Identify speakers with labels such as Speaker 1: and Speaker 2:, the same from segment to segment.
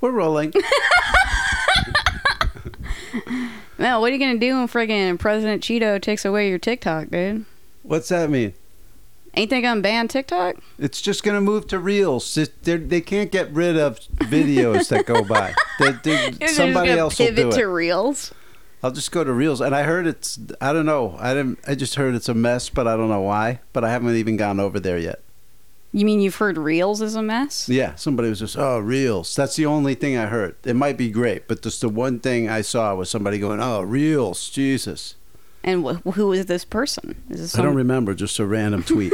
Speaker 1: We're rolling.
Speaker 2: Mel, what are you gonna do when friggin' President Cheeto takes away your TikTok, dude?
Speaker 1: What's that mean?
Speaker 2: Ain't they gonna ban TikTok?
Speaker 1: It's just going to move to reels. Just- they're- They can't get rid of videos that go by. They- they-
Speaker 2: They're just
Speaker 1: somebody
Speaker 2: gonna
Speaker 1: else will do
Speaker 2: pivot
Speaker 1: it.
Speaker 2: to reels.
Speaker 1: I'll just go to reels. And I heard it's. I don't know. I didn't. I just heard it's a mess, but I don't know why. But I haven't even gone over there yet.
Speaker 2: You mean you've heard reels is a mess?
Speaker 1: Yeah, somebody was just, oh, reels. That's the only thing I heard. It might be great, but just the one thing I saw was somebody going, oh, reels, Jesus.
Speaker 2: And wh- who is this person? Is this
Speaker 1: I don't
Speaker 2: some-
Speaker 1: remember, just a random tweet.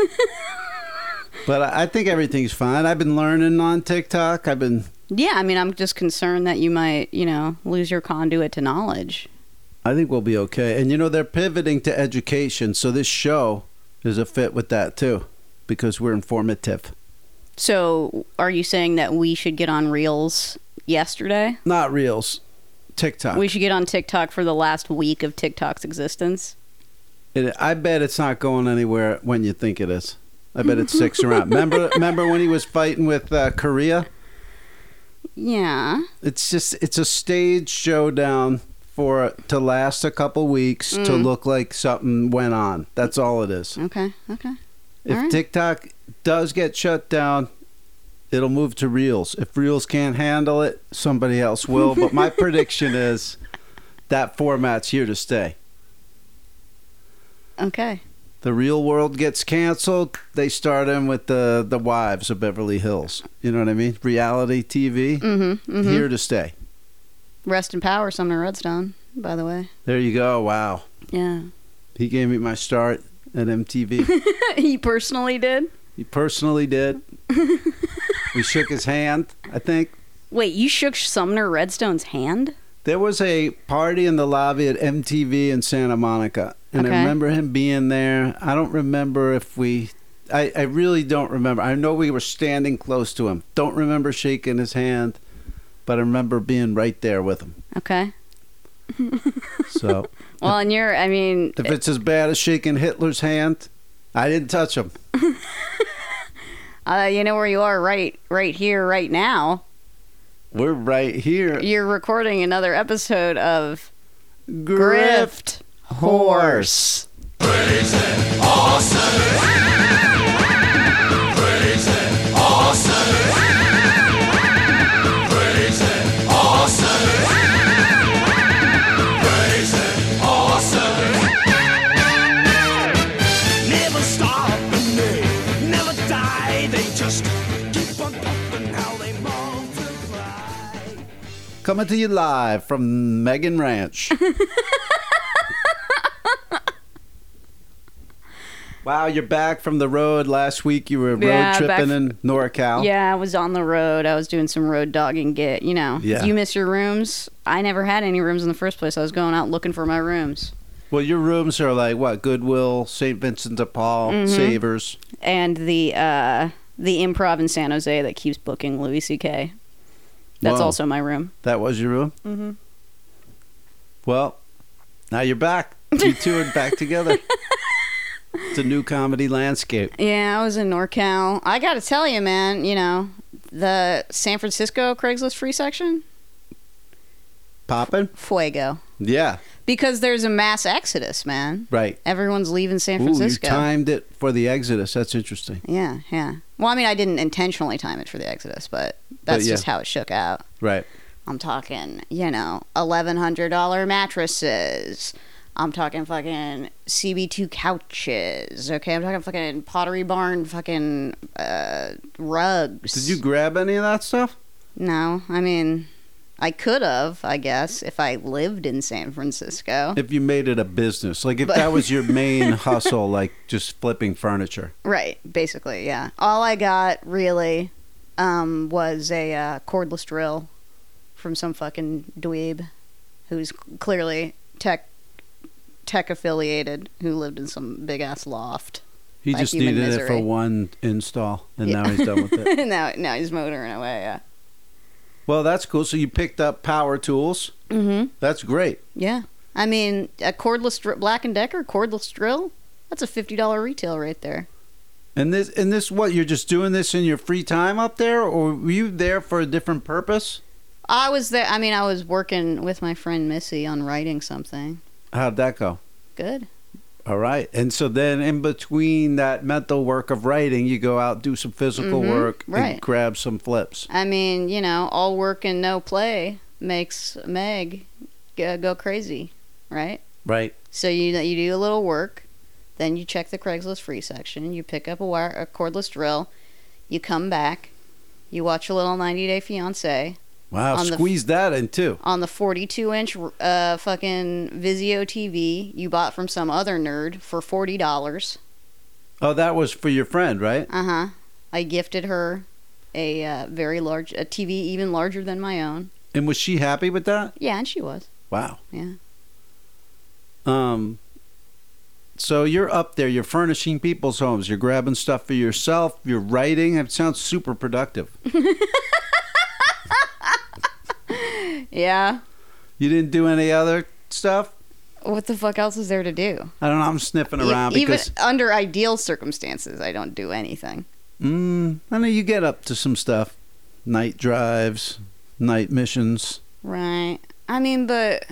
Speaker 1: but I, I think everything's fine. I've been learning on TikTok. I've been,
Speaker 2: Yeah, I mean, I'm just concerned that you might, you know, lose your conduit to knowledge.
Speaker 1: I think we'll be okay. And you know, they're pivoting to education. So this show is a fit with that too, because we're informative.
Speaker 2: So, are you saying that we should get on reels yesterday?
Speaker 1: Not reels, TikTok.
Speaker 2: We should get on TikTok for the last week of TikTok's existence.
Speaker 1: It, I bet it's not going anywhere when you think it is. I bet it's six around. Remember, remember when he was fighting with uh, Korea?
Speaker 2: Yeah.
Speaker 1: It's just it's a stage showdown for to last a couple weeks to look like something went on. That's all it is.
Speaker 2: Okay. Okay.
Speaker 1: If
Speaker 2: All right.
Speaker 1: TikTok does get shut down, it'll move to Reels. If Reels can't handle it, somebody else will. But my prediction is that format's here to stay.
Speaker 2: Okay.
Speaker 1: The real world gets canceled. They start in with the the wives of Beverly Hills. You know what I mean? Reality TV
Speaker 2: Mm-hmm. mm-hmm.
Speaker 1: here to stay.
Speaker 2: Rest in power, Sumner Redstone. By the way.
Speaker 1: There you go. Wow,
Speaker 2: Yeah.
Speaker 1: he gave me my start at MTV.
Speaker 2: he personally did.
Speaker 1: he personally did. we shook his hand. I think
Speaker 2: Wait, you shook Sumner Redstone's hand?
Speaker 1: there was a party in the lobby at MTV in Santa Monica, and
Speaker 2: Okay.
Speaker 1: I remember him being there. I don't remember if we. I, I really don't remember. I know we were standing close to him. Don't remember shaking his hand, but I remember being right there with him.
Speaker 2: Okay.
Speaker 1: So
Speaker 2: Well, and you're, I mean,
Speaker 1: if it's as bad as shaking Hitler's hand, I didn't touch him.
Speaker 2: uh, you know where you are right, right here, right now.
Speaker 1: We're right here.
Speaker 2: You're recording another episode of Grift
Speaker 1: Horse.
Speaker 3: Never stop and they never die. They just keep on popping how they multiply.
Speaker 1: Coming to you live from Megan Ranch. wow, you're back from the road. Last week you were road
Speaker 2: Yeah, back
Speaker 1: tripping
Speaker 2: f-
Speaker 1: in NorCal.
Speaker 2: Yeah, I was on the road. I was doing some road dog and get, you know.
Speaker 1: Yeah.
Speaker 2: You miss your rooms. I never had any rooms in the first place. I was going out looking for my rooms.
Speaker 1: Well, your rooms are like what? Goodwill, St. Vincent de Paul,
Speaker 2: Mm-hmm.
Speaker 1: Savers.
Speaker 2: And the uh the improv in San Jose that keeps booking Louis C.K. That's
Speaker 1: Whoa.
Speaker 2: also my room.
Speaker 1: That was your room? Mm-hmm. Well, now you're back. You two are back together. It's a new comedy landscape.
Speaker 2: Yeah, I was in NorCal. I got to tell you, man, you know, the San Francisco Craigslist free section,
Speaker 1: Poppin'?
Speaker 2: fuego.
Speaker 1: Yeah,
Speaker 2: Because there's a mass exodus, man.
Speaker 1: right.
Speaker 2: Everyone's leaving San
Speaker 1: Ooh, you
Speaker 2: Francisco.
Speaker 1: timed it for the Exodus. That's interesting.
Speaker 2: yeah, yeah. Well, I mean, I didn't intentionally time it for the exodus, but that's
Speaker 1: yeah.
Speaker 2: just how it shook out.
Speaker 1: Right.
Speaker 2: I'm talking, you know, $1,100 mattresses. I'm talking fucking CB2 couches. Okay, I'm talking fucking Pottery Barn fucking uh, rugs.
Speaker 1: Did you grab any of that stuff?
Speaker 2: No, I mean, I could have, I guess, if I lived in San Francisco.
Speaker 1: If you made it a business, like if that was your main hustle, like just flipping furniture.
Speaker 2: Right, basically, yeah. All I got really um, was a uh, cordless drill from some fucking dweeb who's clearly tech tech affiliated who lived in some big ass loft.
Speaker 1: He
Speaker 2: Like
Speaker 1: just
Speaker 2: human
Speaker 1: needed it for
Speaker 2: misery.
Speaker 1: one install, and
Speaker 2: Yeah.
Speaker 1: now he's done with it.
Speaker 2: now, now he's motoring away. Yeah.
Speaker 1: Well, that's cool. So you picked up power tools.
Speaker 2: Mm-hmm.
Speaker 1: That's great.
Speaker 2: Yeah. I mean, a cordless dr- Black and Decker cordless drill. That's a fifty dollar retail right there.
Speaker 1: And this, and this, what you're just doing this in your free time up there, or were you there for a different purpose?
Speaker 2: I was there. I mean, I was working with my friend Missy on writing something.
Speaker 1: How'd that go?
Speaker 2: Good.
Speaker 1: All right. And so then in between that mental work of writing, you go out, do some physical
Speaker 2: Mhm,
Speaker 1: work,
Speaker 2: right.
Speaker 1: and grab some flips.
Speaker 2: I mean, you know, all work and no play makes Meg uh, go, go crazy, right?
Speaker 1: Right.
Speaker 2: So you you do a little work, then you check the Craigslist free section. You pick up a wire a cordless drill. You come back. You watch a little 90 Day Fiance
Speaker 1: Wow.
Speaker 2: On the f-
Speaker 1: Squeeze that in too.
Speaker 2: on the 42 inch uh, fucking Vizio TV you bought from some other nerd for forty dollars.
Speaker 1: Oh, that was for your friend, right?
Speaker 2: Uh huh. I gifted her a uh, very large a TV even larger than my own.
Speaker 1: And was she happy with that?
Speaker 2: Yeah, and she was.
Speaker 1: Wow.
Speaker 2: Yeah.
Speaker 1: Um, so you're up there, you're furnishing people's homes, you're grabbing stuff for yourself, you're writing. It sounds super productive.
Speaker 2: Yeah.
Speaker 1: You didn't do any other stuff?
Speaker 2: What the fuck else is there to do?
Speaker 1: I don't know. I'm sniffing
Speaker 2: E-
Speaker 1: around
Speaker 2: even
Speaker 1: because,
Speaker 2: under ideal circumstances, I don't do anything.
Speaker 1: mm, I know you get up to some stuff night drives, night missions,
Speaker 2: Right. I mean, but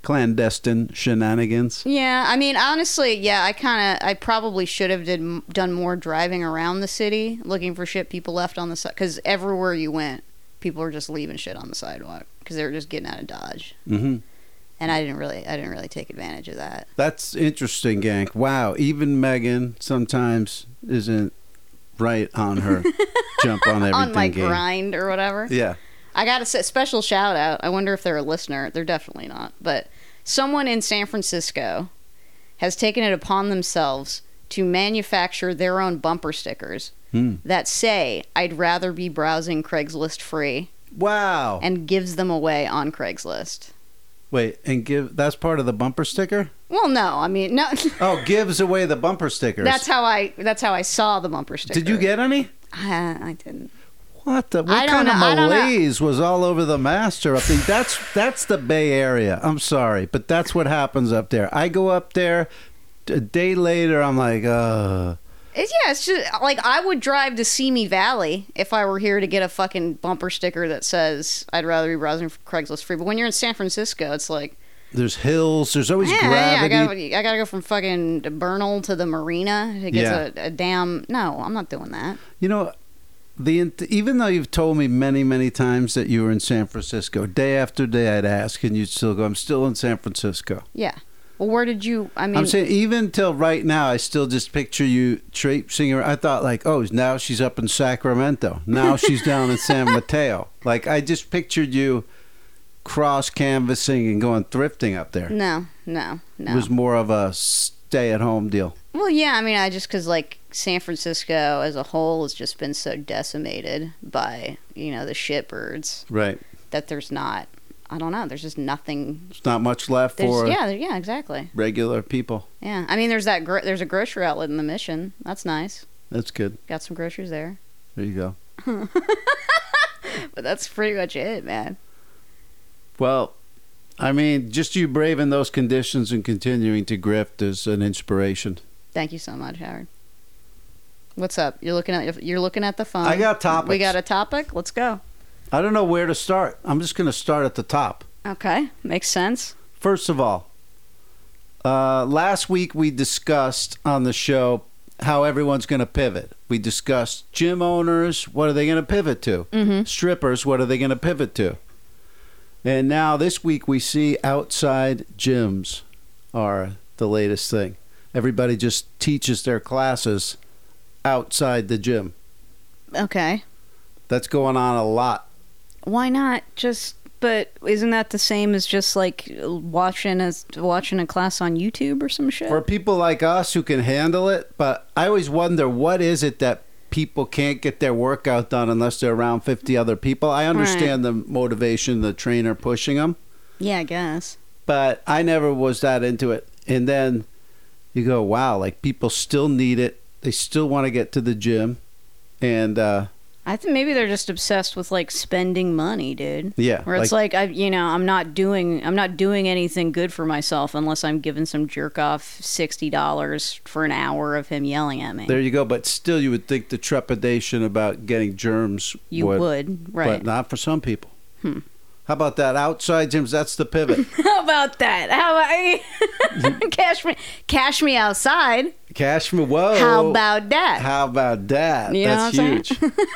Speaker 1: clandestine shenanigans.
Speaker 2: yeah, I mean, honestly, yeah, I kind of, I probably should have did m- done more driving around the city looking for shit people left on the side, because everywhere you went, people were just leaving shit on the sidewalk because they were just getting out of Dodge,
Speaker 1: hmm
Speaker 2: and I didn't really, I didn't really take advantage of that.
Speaker 1: That's interesting, Gank. Wow. Even Megan sometimes isn't right on her jump on everything
Speaker 2: on my
Speaker 1: game.
Speaker 2: grind or whatever.
Speaker 1: Yeah.
Speaker 2: I got a s- special shout out. I wonder if they're a listener. They're definitely not. But someone in San Francisco has taken it upon themselves to manufacture their own bumper stickers
Speaker 1: Hmm.
Speaker 2: that say, I'd rather be browsing Craigslist free
Speaker 1: Wow.
Speaker 2: and gives them away on Craigslist.
Speaker 1: Wait, and give that's part of the bumper sticker?
Speaker 2: Well, no, I mean, no.
Speaker 1: Oh, gives away the bumper stickers.
Speaker 2: that's how I that's how I saw the bumper sticker.
Speaker 1: Did you get any?
Speaker 2: I, I didn't.
Speaker 1: What the
Speaker 2: I
Speaker 1: what
Speaker 2: don't
Speaker 1: kind
Speaker 2: know- I
Speaker 1: of
Speaker 2: don't know.
Speaker 1: malaise was all over the master up there? That's that's the Bay Area. I'm sorry, but that's what happens up there. I go up there a day later I'm like, uh
Speaker 2: It's, yeah, it's just like I would drive to Simi Valley if I were here to get a fucking bumper sticker that says I'd rather be browsing for Craigslist free. But when you're in San Francisco, it's like,
Speaker 1: there's hills, there's always
Speaker 2: yeah, yeah, I
Speaker 1: gravity.
Speaker 2: gotta, I gotta go from fucking Bernal to the marina to get to a, a damn. No, I'm not doing that.
Speaker 1: You know, the int- even though you've told me many many times that you were in San Francisco, day after day I'd ask and you'd still go, I'm still in San Francisco.
Speaker 2: Yeah. Well, where did you? I mean,
Speaker 1: I'm saying even till right now, I still just picture you traipsing. around. I thought like, oh, now she's up in Sacramento. Now she's down in San Mateo. Like I just pictured you cross canvassing and going thrifting up there.
Speaker 2: no, no, no.
Speaker 1: It was more of a stay at home deal.
Speaker 2: Well, yeah, I mean, I just because like San Francisco as a whole has just been so decimated by you know the shitbirds
Speaker 1: Right.
Speaker 2: that there's not. I don't know. There's just nothing
Speaker 1: There's not much left
Speaker 2: There's,
Speaker 1: for
Speaker 2: yeah, there- yeah, exactly.
Speaker 1: regular people.
Speaker 2: Yeah, I mean, there's that. Gro- there's a grocery outlet in the Mission. That's nice.
Speaker 1: That's good.
Speaker 2: Got some groceries there,
Speaker 1: There you go.
Speaker 2: but that's pretty much it, man.
Speaker 1: Well, I mean, just you braving those conditions and continuing to grift is an inspiration.
Speaker 2: Thank you so much, Howard. What's up? You're looking at you're looking at the phone.
Speaker 1: I got
Speaker 2: We
Speaker 1: topics.
Speaker 2: got a topic. Let's go.
Speaker 1: I don't know where to start. I'm just going to start at the top.
Speaker 2: Okay, makes sense.
Speaker 1: First of all, uh, last week we discussed on the show how everyone's going to pivot. We discussed gym owners, what are they going to pivot to?
Speaker 2: Mm-hmm.
Speaker 1: Strippers, what are they going to pivot to? And now this week we see outside gyms are the latest thing. Everybody just teaches their classes outside the gym.
Speaker 2: Okay.
Speaker 1: That's going on a lot.
Speaker 2: Why not just? But isn't that the same as just like watching as watching a class on YouTube or some shit?
Speaker 1: for people like us who can handle it but i always wonder what is it that people can't get their workout done unless they're around 50 other people i understand the motivation the trainer pushing them
Speaker 2: yeah, I guess.
Speaker 1: but i never was that into it and then you go wow like people still need it they still want to get to the gym and uh
Speaker 2: I think maybe they're just obsessed with like spending money, dude.
Speaker 1: yeah
Speaker 2: Where it's like I, you know, I'm not doing, I'm not doing anything good for myself unless I'm giving some jerk off sixty dollars for an hour of him yelling at me.
Speaker 1: there you go but still you would think the trepidation about getting germs
Speaker 2: you would, right?
Speaker 1: but not for some people
Speaker 2: Hmm.
Speaker 1: How about that? Outside gyms, that's the pivot.
Speaker 2: How about that? How about cash me? Cash me outside.
Speaker 1: Cash from whoa.
Speaker 2: How about that?
Speaker 1: Oh, How about that?
Speaker 2: You know
Speaker 1: That's
Speaker 2: what I'm
Speaker 1: huge.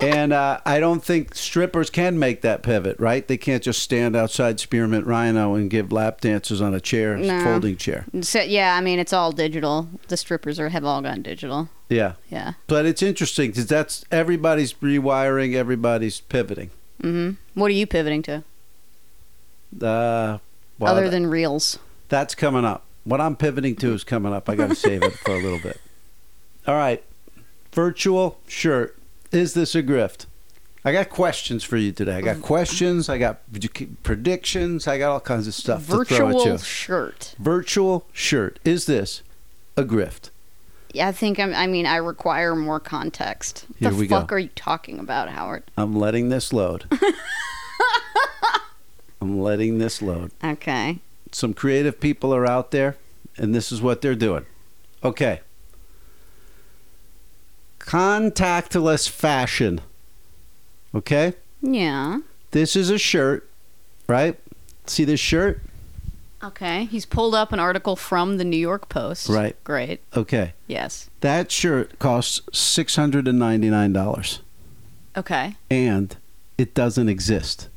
Speaker 1: and uh, I don't think strippers can make that pivot, right? They can't just stand outside Spearmint Rhino and give lap dances on a chair,
Speaker 2: No.
Speaker 1: folding chair.
Speaker 2: so yeah, I mean it's all digital. The strippers are have all gone digital.
Speaker 1: Yeah.
Speaker 2: Yeah.
Speaker 1: But it's interesting because that's everybody's rewiring, everybody's pivoting.
Speaker 2: hmm What are you pivoting to
Speaker 1: Uh, well,
Speaker 2: other
Speaker 1: th-
Speaker 2: than reels?
Speaker 1: that's coming up. What I'm pivoting to is coming up. I got to save it for a little bit. All right. Virtual shirt. Is this a grift? I got questions for you today. I got questions. I got predictions. I got all kinds of stuff to throw
Speaker 2: Virtual
Speaker 1: at you.
Speaker 2: shirt.
Speaker 1: Virtual shirt. Is this a grift?
Speaker 2: Yeah, I think I'm, I mean I require more context.
Speaker 1: Here
Speaker 2: the
Speaker 1: we go.
Speaker 2: fuck are you talking about, Howard?
Speaker 1: I'm letting this load. I'm letting this load.
Speaker 2: Okay.
Speaker 1: some creative people are out there and this is what they're doing. Okay. Contactless fashion. Okay?
Speaker 2: Yeah.
Speaker 1: This is a shirt, right? See this shirt?
Speaker 2: Okay. He's pulled up an article from the New York Post.
Speaker 1: Right.
Speaker 2: Great.
Speaker 1: Okay.
Speaker 2: Yes.
Speaker 1: That shirt costs $699
Speaker 2: Okay.
Speaker 1: and it doesn't exist.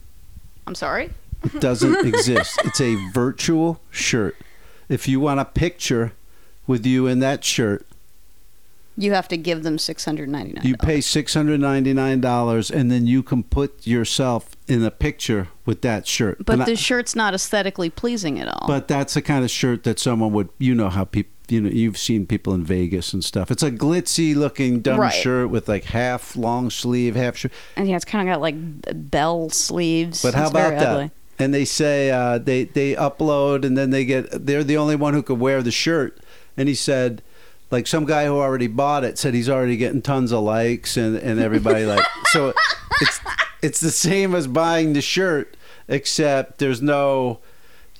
Speaker 2: I'm sorry.
Speaker 1: It doesn't exist. It's a virtual shirt. If you want a picture with you in that shirt,
Speaker 2: You have to give them six hundred ninety nine.
Speaker 1: You pay six hundred ninety nine dollars, and then you can put yourself in a picture with that shirt.
Speaker 2: But
Speaker 1: And I-
Speaker 2: the shirt's not aesthetically pleasing at all.
Speaker 1: but that's the kind of shirt that someone would. You know how people. You know you've seen people in Vegas and stuff. It's a glitzy looking dumb
Speaker 2: Right.
Speaker 1: shirt with like half long sleeve, half shirt.
Speaker 2: and yeah, it's kind of got like b- bell sleeves.
Speaker 1: But how
Speaker 2: It's
Speaker 1: about
Speaker 2: very
Speaker 1: that?
Speaker 2: ugly.
Speaker 1: And they say uh, they they upload, and then they get they're the only one who could wear the shirt. And he said, like some guy who already bought it said he's already getting tons of likes, and and everybody like so it's it's the same as buying the shirt, except there's no.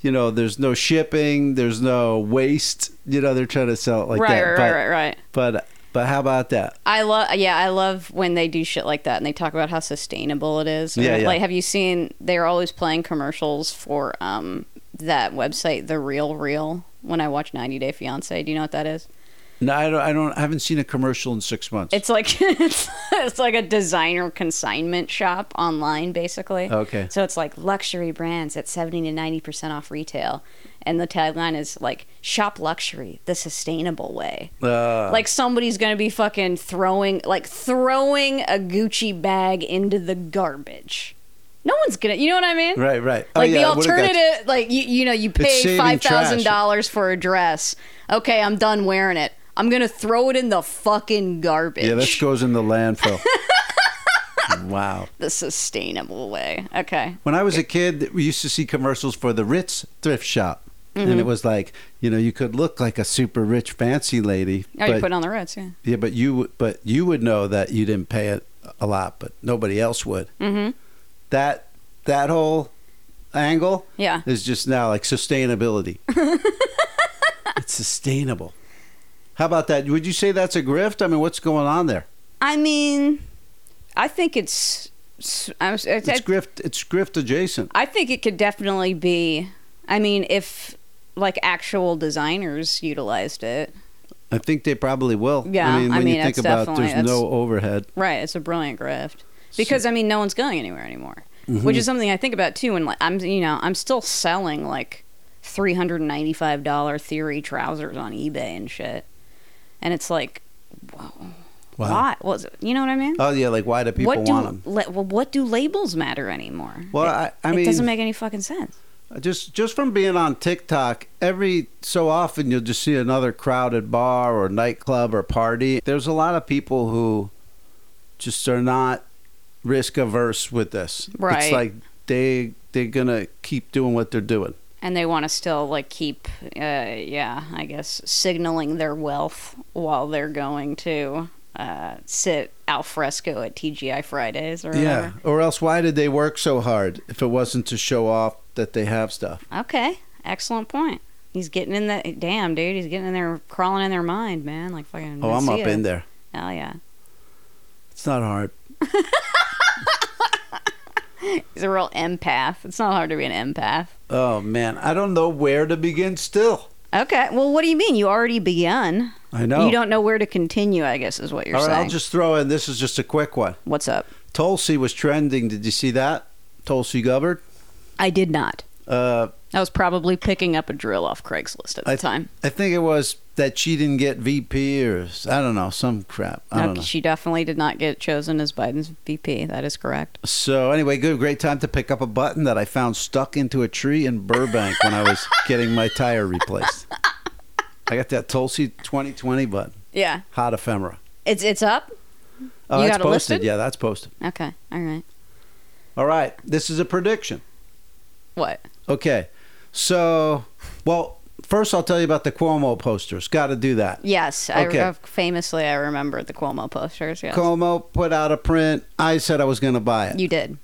Speaker 1: You know, there's no shipping, there's no waste. You know, they're trying to sell it like
Speaker 2: right,
Speaker 1: that.
Speaker 2: right,
Speaker 1: but,
Speaker 2: right, right, right.
Speaker 1: But but how about that?
Speaker 2: I love, yeah, I love when they do shit like that and they talk about how sustainable it is.
Speaker 1: Yeah, yeah.
Speaker 2: Like, have you seen? They're always playing commercials for um that website, The Real Real. When I watch 90 Day Fiance, do you know what that is?
Speaker 1: No, I don't. I don't. I haven't seen a commercial in six months.
Speaker 2: It's like it's, it's like a designer consignment shop online, basically.
Speaker 1: Okay.
Speaker 2: So it's like luxury brands at seventy to ninety percent off retail, and the tagline is like "Shop luxury the sustainable way."
Speaker 1: uh,
Speaker 2: like somebody's gonna be fucking throwing like throwing a Gucci bag into the garbage. No one's gonna, you know what I mean?
Speaker 1: right, right. Oh,
Speaker 2: Like
Speaker 1: yeah,
Speaker 2: the
Speaker 1: I would've got you.
Speaker 2: alternative, like you, you know, you pay
Speaker 1: saving
Speaker 2: five thousand
Speaker 1: trash.
Speaker 2: dollars for a dress. Okay, I'm done wearing it. I'm gonna throw it in the fucking garbage.
Speaker 1: Yeah, this goes in the landfill. wow.
Speaker 2: the sustainable way. Okay,
Speaker 1: When I was a kid, we used to see commercials for the Ritz thrift shop. And it
Speaker 2: Mm-hmm.
Speaker 1: was like, you know, you could look like a super rich fancy lady.
Speaker 2: oh, you
Speaker 1: but-
Speaker 2: put it on the Ritz, yeah.
Speaker 1: yeah, but you would- but you would know that you didn't pay it a lot, but nobody else would.
Speaker 2: Mm-hmm.
Speaker 1: That that whole angle
Speaker 2: Yeah.
Speaker 1: is just now like sustainability. it's sustainable. How about that? Would you say that's a grift? I mean, what's going on there?
Speaker 2: I mean, I think it's. s- I was- I-
Speaker 1: It's grift. It's grift adjacent.
Speaker 2: I think it could definitely be. I mean, if like actual designers utilized it,
Speaker 1: I think they probably will.
Speaker 2: Yeah,
Speaker 1: I mean,
Speaker 2: I
Speaker 1: when
Speaker 2: mean,
Speaker 1: you think
Speaker 2: it's
Speaker 1: about,
Speaker 2: definitely-
Speaker 1: there's no overhead.
Speaker 2: right? It's a brilliant grift because I mean, no one's going anywhere anymore,
Speaker 1: Mm-hmm.
Speaker 2: which is something I think about too. And like, I'm you know, I'm still selling like three hundred ninety five dollar theory trousers on eBay and shit, and it's like, whoa, why? Well, it's- you know what I mean?
Speaker 1: Oh yeah, like why do people
Speaker 2: what do
Speaker 1: want them?
Speaker 2: la- well, what do labels matter anymore?
Speaker 1: Well,
Speaker 2: it,
Speaker 1: I, I
Speaker 2: it
Speaker 1: mean,
Speaker 2: doesn't make any fucking sense.
Speaker 1: just just from being on TikTok, every so often you'll just see another crowded bar or nightclub or party. There's a lot of people who just are not risk averse with this. It's
Speaker 2: Right.
Speaker 1: like they they're gonna keep doing what they're doing.
Speaker 2: and they want to still like keep uh, yeah i guess signaling their wealth while they're going to uh, sit al fresco at tgi fridays or
Speaker 1: Yeah. Or else, why did they work so hard if it wasn't to show off that they have stuff?
Speaker 2: whatever. okay excellent point he's getting in the damn dude he's getting in there crawling in their mind man like fucking
Speaker 1: Oh, I'm up in there.
Speaker 2: oh yeah
Speaker 1: It's not hard.
Speaker 2: He's a real empath. It's not hard to be an empath.
Speaker 1: Oh man, I don't know where to begin. Still,
Speaker 2: Okay. Well, what do you mean? You already begun.
Speaker 1: I know.
Speaker 2: You don't know where to continue, I guess, is what you're
Speaker 1: All right,
Speaker 2: saying.
Speaker 1: I'll just throw in. This is just a quick one.
Speaker 2: What's up?
Speaker 1: Tulsi was trending. Did you see that? Tulsi Gabbard.
Speaker 2: I did not.
Speaker 1: Uh,
Speaker 2: I was probably picking up a drill off Craigslist at the
Speaker 1: I-
Speaker 2: time.
Speaker 1: I think it was that she didn't get VP or s- I don't know some crap. I
Speaker 2: No,
Speaker 1: don't know.
Speaker 2: she definitely did not get chosen as Biden's VP. That is correct.
Speaker 1: So anyway, good great time to pick up a button that I found stuck into a tree in Burbank when I was getting my tire replaced. I got that Tulsi 2020 button,
Speaker 2: Yeah.
Speaker 1: hot ephemera.
Speaker 2: It's it's up.
Speaker 1: Oh,
Speaker 2: You
Speaker 1: that's
Speaker 2: got it
Speaker 1: posted.
Speaker 2: listed?
Speaker 1: Yeah, that's posted.
Speaker 2: Okay. All right.
Speaker 1: All right, this is a prediction.
Speaker 2: What?
Speaker 1: Okay, so well, first I'll tell you about the Cuomo posters. Got to do that.
Speaker 2: Yes. I
Speaker 1: Okay.
Speaker 2: re- famously I remember the Cuomo posters. Yes.
Speaker 1: Cuomo put out a print. I said I was going to buy it.
Speaker 2: you did.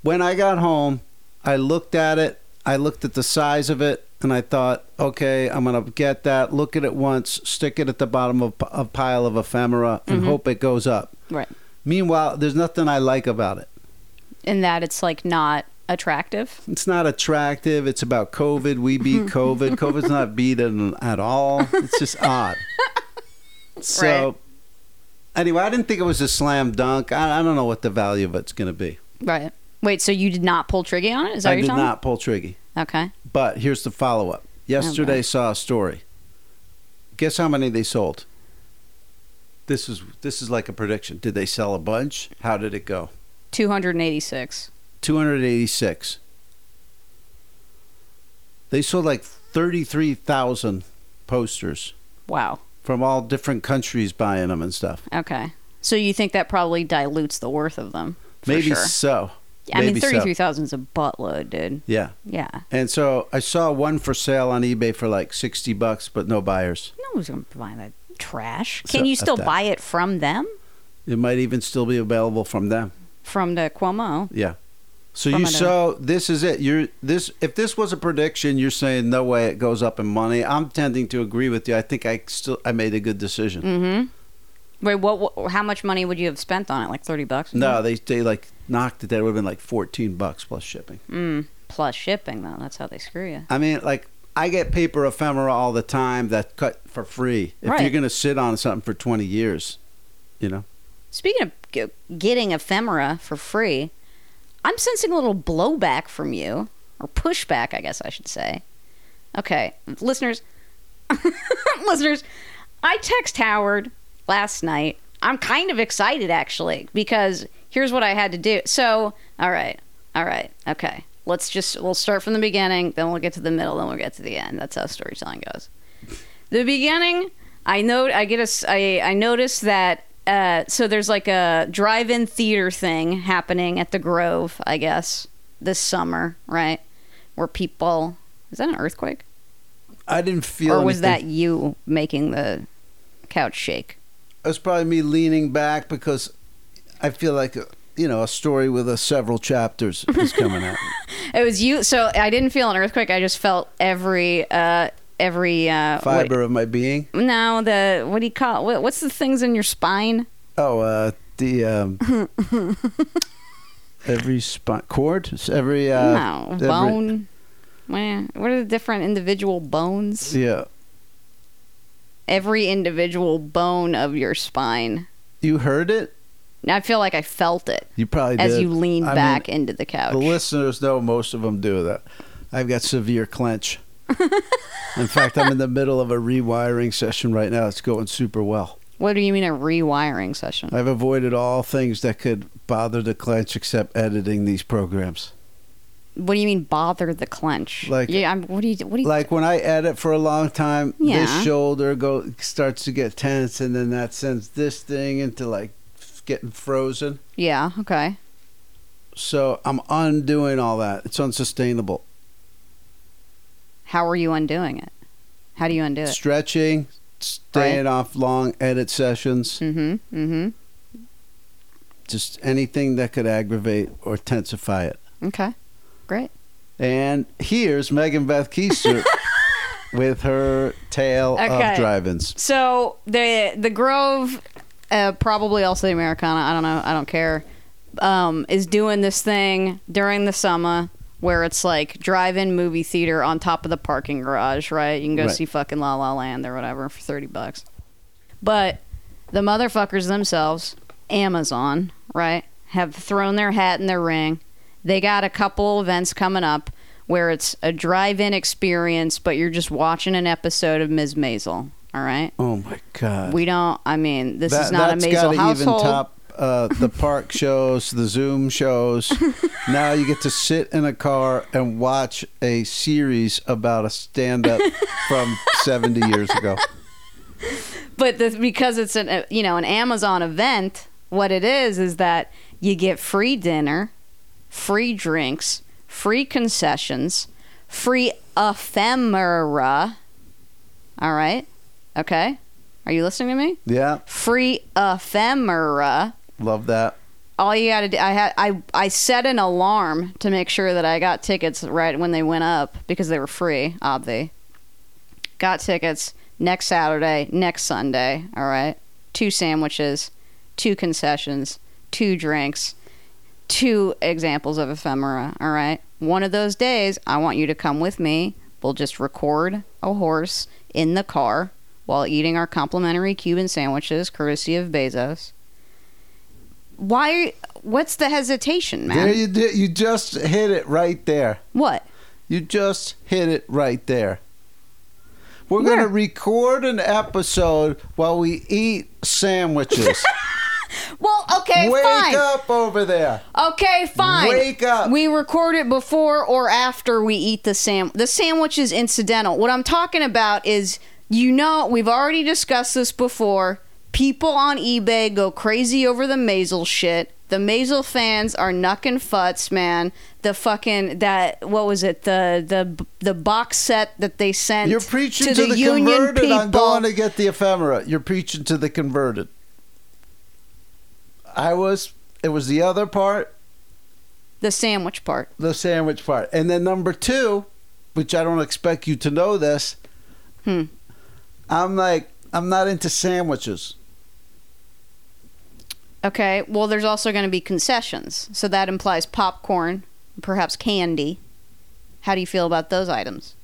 Speaker 1: when I got home, I looked at it. I looked at the size of it, and I thought, okay, I'm gonna get that. Look at it once, stick it at the bottom of p- a pile of ephemera,
Speaker 2: Mm-hmm.
Speaker 1: and hope it goes up.
Speaker 2: Right.
Speaker 1: Meanwhile, there's nothing I like about it.
Speaker 2: In that it's like not attractive.
Speaker 1: It's not attractive. It's about COVID. We beat
Speaker 2: Mm-hmm.
Speaker 1: COVID. COVID's not beaten at all. It's just odd. So,
Speaker 2: Right.
Speaker 1: anyway, I didn't think it was a slam dunk. I, I don't know what the value of it's gonna be.
Speaker 2: Right. Wait. So you did not pull Triggy on it? Is that
Speaker 1: I
Speaker 2: what you're
Speaker 1: did
Speaker 2: telling me?
Speaker 1: not pull Triggy.
Speaker 2: Okay.
Speaker 1: But here's the follow up. Yesterday
Speaker 2: Okay.
Speaker 1: saw a story. Guess how many they sold? This is this is like a prediction. Did they sell a bunch? How did it go?
Speaker 2: 286.
Speaker 1: 286. They sold like 33,000 posters
Speaker 2: Wow.
Speaker 1: from all different countries buying them and stuff.
Speaker 2: Okay. So you think that probably dilutes the worth of them? For
Speaker 1: Maybe
Speaker 2: sure.
Speaker 1: so.
Speaker 2: I mean,
Speaker 1: maybe so.
Speaker 2: thirty-three thousand is a buttload, dude.
Speaker 1: Yeah.
Speaker 2: Yeah.
Speaker 1: And so I saw one for sale on eBay for like 60 bucks, but no buyers.
Speaker 2: No one's gonna buy that trash.
Speaker 1: So,
Speaker 2: Can you
Speaker 1: F
Speaker 2: still
Speaker 1: that.
Speaker 2: buy it from them?
Speaker 1: It might even still be available from them.
Speaker 2: From the Cuomo?
Speaker 1: Yeah. So
Speaker 2: From
Speaker 1: you
Speaker 2: another-
Speaker 1: so this is it. You're this if this was a prediction, you're saying no way it goes up in money. I'm tending to agree with you. I think I still I made a good decision.
Speaker 2: Mm-hmm. Wait, what, what? How much money would you have spent on it? Like thirty bucks?
Speaker 1: No, they they like knocked it. That would have been like fourteen bucks plus shipping.
Speaker 2: Mm. Plus shipping, though. That's how they screw you.
Speaker 1: I mean, like I get paper ephemera all the time that cut for free. If you're
Speaker 2: Right.
Speaker 1: gonna sit on something for twenty years, you know.
Speaker 2: Speaking of g- getting ephemera for free, I'm sensing a little blowback from you, or pushback, I guess I should say. Okay, listeners, listeners, I text Howard last night. I'm kind of excited actually because here's what I had to do. So, all right, all right, okay. Let's just we'll start from the beginning, then we'll get to the middle, then we'll get to the end. That's how storytelling goes the beginning i know i get a s- i, I noticed that uh, so there's like a drive-in theater thing happening at the grove i guess this summer right where people is that an earthquake
Speaker 1: I didn't feel.
Speaker 2: or was that
Speaker 1: anything.
Speaker 2: you making the couch shake
Speaker 1: It was probably me leaning back because I feel like you know a story with a several chapters is coming out.
Speaker 2: it was you so i didn't feel an earthquake i just felt every uh every uh what-
Speaker 1: Fiber of my being.
Speaker 2: no the what do you call what, what's the things in your spine
Speaker 1: Oh, uh, the um, every spot cord, It's every uh,
Speaker 2: no
Speaker 1: every-
Speaker 2: bone Meh. what are the different individual bones
Speaker 1: Yeah,
Speaker 2: every individual bone of your spine.
Speaker 1: you heard it.
Speaker 2: And I feel like I felt it
Speaker 1: You probably
Speaker 2: as
Speaker 1: did.
Speaker 2: you leaned
Speaker 1: I mean,
Speaker 2: back into the couch.
Speaker 1: the listeners know most of them do that. I've got severe clench. in fact, I'm in the middle of a rewiring session right now. It's going super well.
Speaker 2: what do you mean a rewiring session?
Speaker 1: I've avoided all things that could bother the clench except editing these programs.
Speaker 2: What do you mean bother the clench?
Speaker 1: Like-
Speaker 2: yeah, I'm, what do you what do you
Speaker 1: like when I edit for a long time, this
Speaker 2: Yeah.
Speaker 1: shoulder go starts to get tense, and then that sends this thing into like getting frozen.
Speaker 2: Yeah, okay.
Speaker 1: So I'm undoing all that. It's unsustainable.
Speaker 2: How are you undoing it? How do you undo it?
Speaker 1: Stretching, staying off long edit sessions,
Speaker 2: Mm-hmm. Mm-hmm.
Speaker 1: just anything that could aggravate or intensify it.
Speaker 2: Okay. Great.
Speaker 1: And here's Megan Beth Keister with her tale
Speaker 2: Okay.
Speaker 1: of drive-ins.
Speaker 2: So the the Grove, uh, probably also the Americana. I don't know. I don't care. um, is doing this thing during the summer where it's like drive-in movie theater on top of the parking garage, right? You can go
Speaker 1: Right.
Speaker 2: see fucking La La Land or whatever for thirty bucks. But the motherfuckers themselves, Amazon, right, have thrown their hat in their ring. They got a couple events coming up where it's a drive-in experience, but you're just watching an episode of Ms. Maisel. All right,
Speaker 1: Oh my god.
Speaker 2: we don't. I mean, this
Speaker 1: That-
Speaker 2: is not a
Speaker 1: that's
Speaker 2: Maisel
Speaker 1: gotta
Speaker 2: household.
Speaker 1: even top uh, the park shows, the Zoom shows. now you get to sit in a car and watch a series about a stand-up from 70 years ago.
Speaker 2: but the, because it's an uh, you know an Amazon event, what it is is that you get free dinner, free drinks, free concessions, free ephemera. All right, okay. Are you listening to me?
Speaker 1: Yeah,
Speaker 2: Free ephemera.
Speaker 1: love that.
Speaker 2: All you got to do, I had I I set an alarm to make sure that I got tickets right when they went up because they were free, obvi. Got tickets next Saturday, next Sunday. All right, two sandwiches, two concessions, two drinks, two examples of ephemera. All right, one of those days, I want you to come with me. We'll just record a horse in the car while eating our complimentary Cuban sandwiches, courtesy of Bezos. Why? What's the hesitation, man?
Speaker 1: There you did. You just hit it right there.
Speaker 2: what?
Speaker 1: You just hit it right there. We're
Speaker 2: Where?
Speaker 1: going to record an episode while we eat sandwiches.
Speaker 2: Well, okay,
Speaker 1: Wake
Speaker 2: fine.
Speaker 1: up over there.
Speaker 2: Okay, fine.
Speaker 1: Wake up.
Speaker 2: We record it before or after we eat the sam. The sandwich is incidental. What I'm talking about is, you know, we've already discussed this before. People on eBay go crazy over the Maisel shit. The Maisel fans are knuckin' futs, man. The fucking that what was it? The the the box set that they sent.
Speaker 1: You're preaching
Speaker 2: to,
Speaker 1: to,
Speaker 2: the,
Speaker 1: the,
Speaker 2: union
Speaker 1: converted.
Speaker 2: people.
Speaker 1: I'm going to get the ephemera. You're preaching to the converted. I was. It was the other part,
Speaker 2: the sandwich part.
Speaker 1: the sandwich part, and then number two, which I don't expect you to know this.
Speaker 2: Hmm.
Speaker 1: I'm like, I'm not into sandwiches.
Speaker 2: Okay. Well, there's also going to be concessions. So that implies popcorn, perhaps candy. How do you feel about those items?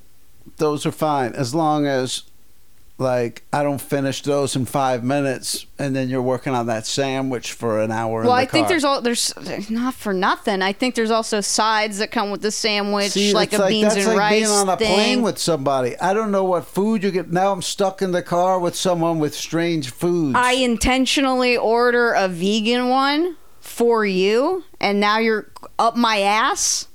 Speaker 1: Those are fine as long as, like, I don't finish those in five minutes, and then you're working on that sandwich for an hour.
Speaker 2: well,
Speaker 1: in the
Speaker 2: I think
Speaker 1: car.
Speaker 2: there's all there's not for nothing. I think there's also sides that come with the sandwich, like
Speaker 1: it's
Speaker 2: a beans
Speaker 1: that's
Speaker 2: and
Speaker 1: like
Speaker 2: rice
Speaker 1: being on a
Speaker 2: thing.
Speaker 1: plane with somebody. I don't know what food you get. Now I'm stuck in the car with someone with strange foods.
Speaker 2: I intentionally order a vegan one for you, and now you're up my ass,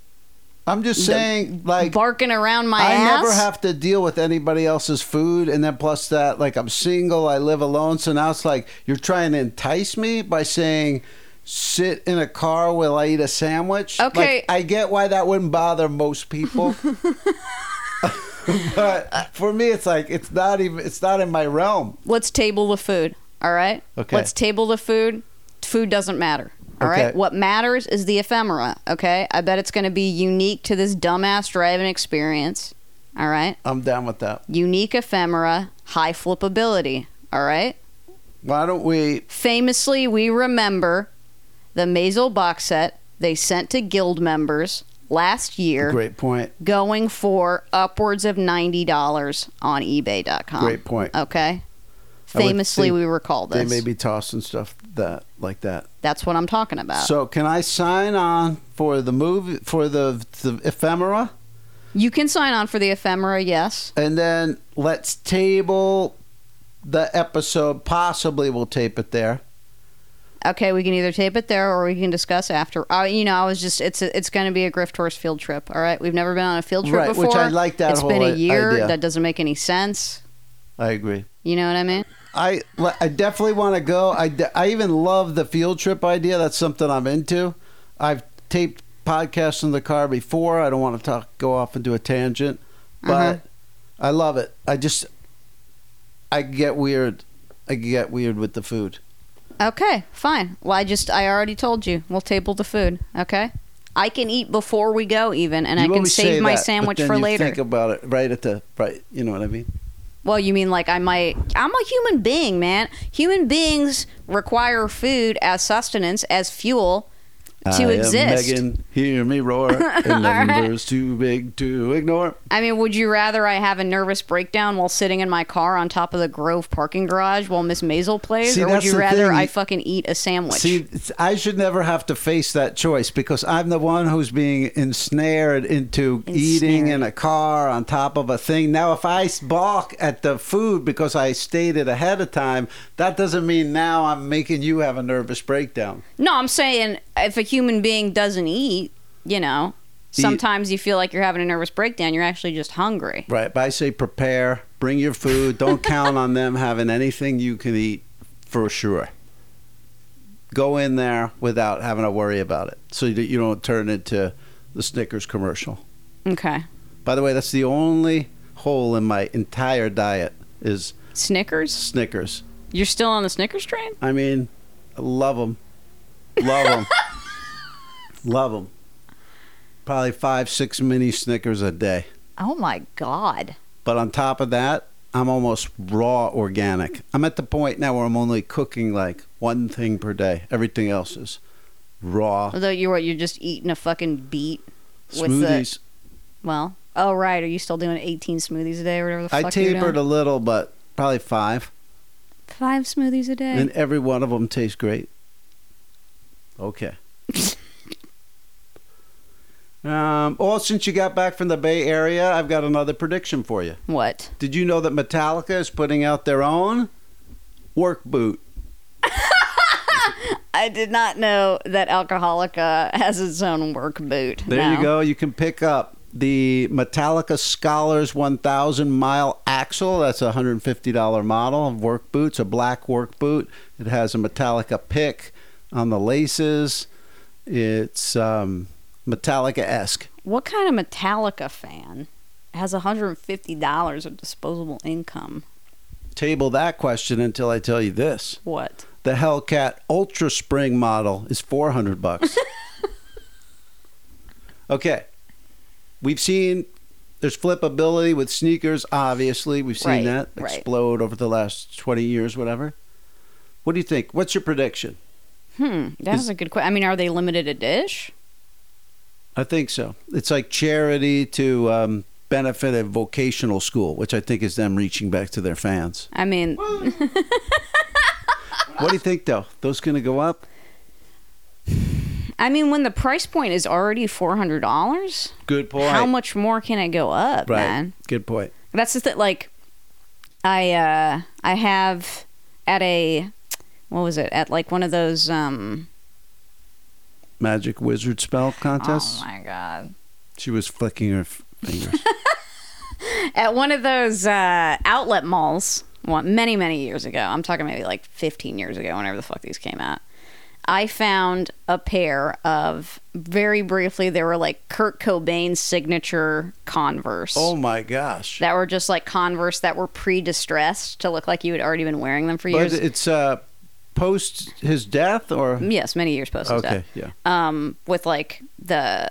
Speaker 1: I'm just saying, like,
Speaker 2: barking around my
Speaker 1: I
Speaker 2: ass.
Speaker 1: never have to deal with anybody else's food, and then plus that, like, I'm single, I live alone, so now it's like you're trying to entice me by saying. Sit in a car while I eat a sandwich. Like,
Speaker 2: Okay.
Speaker 1: I get why that wouldn't bother most people, but for me, it's like it's not even it's not in my realm.
Speaker 2: let's table the food. All right.
Speaker 1: Okay.
Speaker 2: Let's table the food. Food doesn't matter. All right.
Speaker 1: Okay.
Speaker 2: What matters is the ephemera. Okay. I bet it's going to be unique to this dumbass driving experience. All right.
Speaker 1: I'm down with that.
Speaker 2: Unique ephemera, high flippability. All right.
Speaker 1: Why don't we?
Speaker 2: Famously, we remember the Maisel box set they sent to guild members last year,
Speaker 1: Great point.
Speaker 2: going for upwards of ninety dollars on eBay.com.
Speaker 1: Great point.
Speaker 2: Okay.
Speaker 1: I would
Speaker 2: Famously,
Speaker 1: think
Speaker 2: we recall this.
Speaker 1: They may be tossing stuff that like that.
Speaker 2: That's what I'm talking about.
Speaker 1: So can I sign on for the movie for the, the ephemera,
Speaker 2: you can sign on for the ephemera, yes.
Speaker 1: and then let's table the episode. Possibly we'll tape it there.
Speaker 2: Okay, we can either tape it there or we can discuss after. I, you know, I was just it's a, it's going to be a grift horse field trip. All right, we've never been on a field trip
Speaker 1: Right,
Speaker 2: before.
Speaker 1: which I like that
Speaker 2: It's
Speaker 1: whole
Speaker 2: been a
Speaker 1: i-
Speaker 2: year.
Speaker 1: idea.
Speaker 2: That doesn't make any sense.
Speaker 1: I agree.
Speaker 2: You know what I mean?
Speaker 1: I I definitely want to go. I, de- I even love the field trip idea. That's something I'm into. I've taped podcasts in the car before. I don't want to talk go off and do a tangent, but
Speaker 2: Uh-huh.
Speaker 1: I love it. I just I get weird. I get weird with the food.
Speaker 2: Okay, fine. Well, I just I already told you we'll table the food. Okay, I can eat before we go even, and
Speaker 1: You
Speaker 2: I can
Speaker 1: always say
Speaker 2: save my
Speaker 1: that, but
Speaker 2: sandwich
Speaker 1: then
Speaker 2: for
Speaker 1: you
Speaker 2: later.
Speaker 1: Think about it right at the right. You know what I mean?
Speaker 2: Well, you mean like I might? I'm a human being, man. Human beings require food as sustenance, as fuel. To
Speaker 1: I am
Speaker 2: exist.
Speaker 1: Megan, hear me roar. And numbers too big to ignore.
Speaker 2: I mean, would you rather I have a nervous breakdown while sitting in my car on top of the Grove parking garage while Miss Maisel plays,
Speaker 1: See,
Speaker 2: or would
Speaker 1: that's
Speaker 2: you
Speaker 1: the
Speaker 2: rather
Speaker 1: thing.
Speaker 2: I fucking eat a sandwich?
Speaker 1: See, it's- I should never have to face that choice because I'm the one who's being ensnared into eating in a car on top of a thing. Now, if I s- balk at the food because I stated ahead of time, that doesn't mean now I'm making you have a nervous breakdown.
Speaker 2: no, I'm saying if a human being doesn't eat, you know,
Speaker 1: Eat.
Speaker 2: sometimes you feel like you're having a nervous breakdown. You're actually just hungry.
Speaker 1: Right. But I say prepare, bring your food. Don't count on them having anything you can eat for sure. Go in there without having to worry about it so that you don't turn into the Snickers commercial.
Speaker 2: Okay.
Speaker 1: By the way, that's the only hole in my entire diet is
Speaker 2: Snickers?
Speaker 1: Snickers.
Speaker 2: You're still on the Snickers train?
Speaker 1: I mean, I love them. Love them. love them. Probably five, six mini Snickers a day.
Speaker 2: Oh my God.
Speaker 1: But on top of that, I'm almost raw organic. I'm at the point now where I'm only cooking like one thing per day. Everything else is raw.
Speaker 2: Although you're what? You're just eating a fucking beet with the.
Speaker 1: Smoothies.
Speaker 2: Well. Oh, right. Are you still doing 18 smoothies a day or whatever the
Speaker 1: I
Speaker 2: fuck you're
Speaker 1: tapered
Speaker 2: doing?
Speaker 1: a little, but probably five.
Speaker 2: Five smoothies a day.
Speaker 1: And every one of them tastes great. Okay. um, well, since you got back from the Bay Area, I've got another prediction for you.
Speaker 2: what?
Speaker 1: Did you know that Metallica is putting out their own work boot?
Speaker 2: I did not know that Alcoholica has its own work boot.
Speaker 1: There
Speaker 2: No.
Speaker 1: you go. You can pick up the Metallica Scholars 1000 mile axle. That's a $150 model of work boots, a black work boot. It has a Metallica pick on the laces. It's um, Metallica esque.
Speaker 2: What kind of Metallica fan has $150 of disposable income?
Speaker 1: Table that question until I tell you this.
Speaker 2: What?
Speaker 1: The Hellcat Ultra Spring model is 400 bucks. okay. We've seen there's flippability with sneakers, obviously. We've seen
Speaker 2: Right,
Speaker 1: that
Speaker 2: right.
Speaker 1: explode over the last 20 years, whatever. What do you think? What's your prediction?
Speaker 2: Hmm. That's
Speaker 1: Is-
Speaker 2: a good question. I mean, are they limited a dish?
Speaker 1: I think so. It's like charity to um, benefit a vocational school, which I think is them reaching back to their fans.
Speaker 2: I mean,
Speaker 1: What do you think, though? Those going to go up?
Speaker 2: I mean, when the price point is already $400,
Speaker 1: Good point.
Speaker 2: how much more can it go up,
Speaker 1: right.
Speaker 2: man?
Speaker 1: Good point.
Speaker 2: That's just that like I uh I have at a what was it? At like one of those um
Speaker 1: Magic wizard spell contest.
Speaker 2: Oh my god.
Speaker 1: She was flicking her f- fingers.
Speaker 2: At one of those uh outlet malls one many, many years ago. I'm talking maybe like fifteen years ago, whenever the fuck these came out. I found a pair of very briefly they were like Kurt Cobain's signature Converse.
Speaker 1: oh my gosh!
Speaker 2: That were just like Converse that were pre-distressed to look like you had already been wearing them for
Speaker 1: But
Speaker 2: years.
Speaker 1: it's uh, post his death, or
Speaker 2: yes, many years post his death.
Speaker 1: okay, yeah.
Speaker 2: um, with like the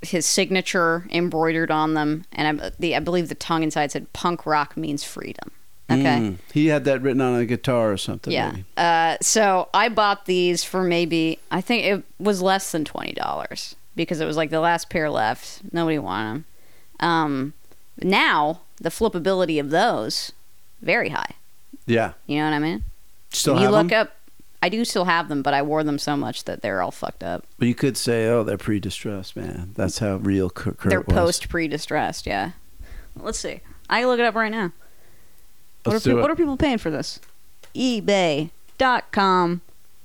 Speaker 2: his signature embroidered on them, and I, the I believe the tongue inside said "punk rock means freedom." Okay,
Speaker 1: Mm. he had that written on a guitar or something.
Speaker 2: yeah.
Speaker 1: maybe.
Speaker 2: Uh, so I bought these for maybe I think it was less than twenty dollars because it was like the last pair left. Nobody wanted them. Um, now the flippability of those very high.
Speaker 1: yeah.
Speaker 2: You know what I mean?
Speaker 1: Still
Speaker 2: you
Speaker 1: have
Speaker 2: look
Speaker 1: them?
Speaker 2: up. I do still have them, but I wore them so much that they're all fucked up.
Speaker 1: But you could say, "Oh, they're pre-distressed, man." That's how real Kurt, Kurt
Speaker 2: They're
Speaker 1: was.
Speaker 2: post pre distressed, yeah. Let's see. I can look it up right now. What are,
Speaker 1: Let's
Speaker 2: pe-
Speaker 1: do it.
Speaker 2: what are people paying for this? eBay.com.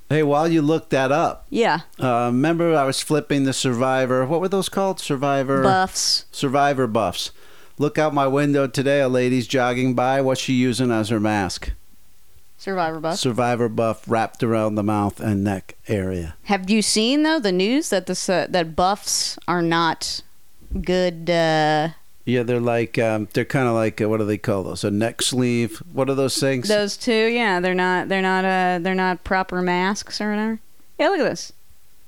Speaker 1: hey, while you look that up,
Speaker 2: Yeah.
Speaker 1: uh, remember I was flipping the Survivor. What were those called? Survivor
Speaker 2: Buffs.
Speaker 1: Survivor buffs. Look out my window today. A lady's jogging by. What's she using as her mask?
Speaker 2: Survivor buffs.
Speaker 1: Survivor buff wrapped around the mouth and neck area.
Speaker 2: Have you seen, though, the news that this, uh, that buffs are not good? Uh,
Speaker 1: Yeah, they're like um, they're kind of like uh, what do they call those? A neck sleeve. What are those things?
Speaker 2: those two, yeah, they're not, they're not, uh, they're not proper masks or whatever. Yeah, look at this.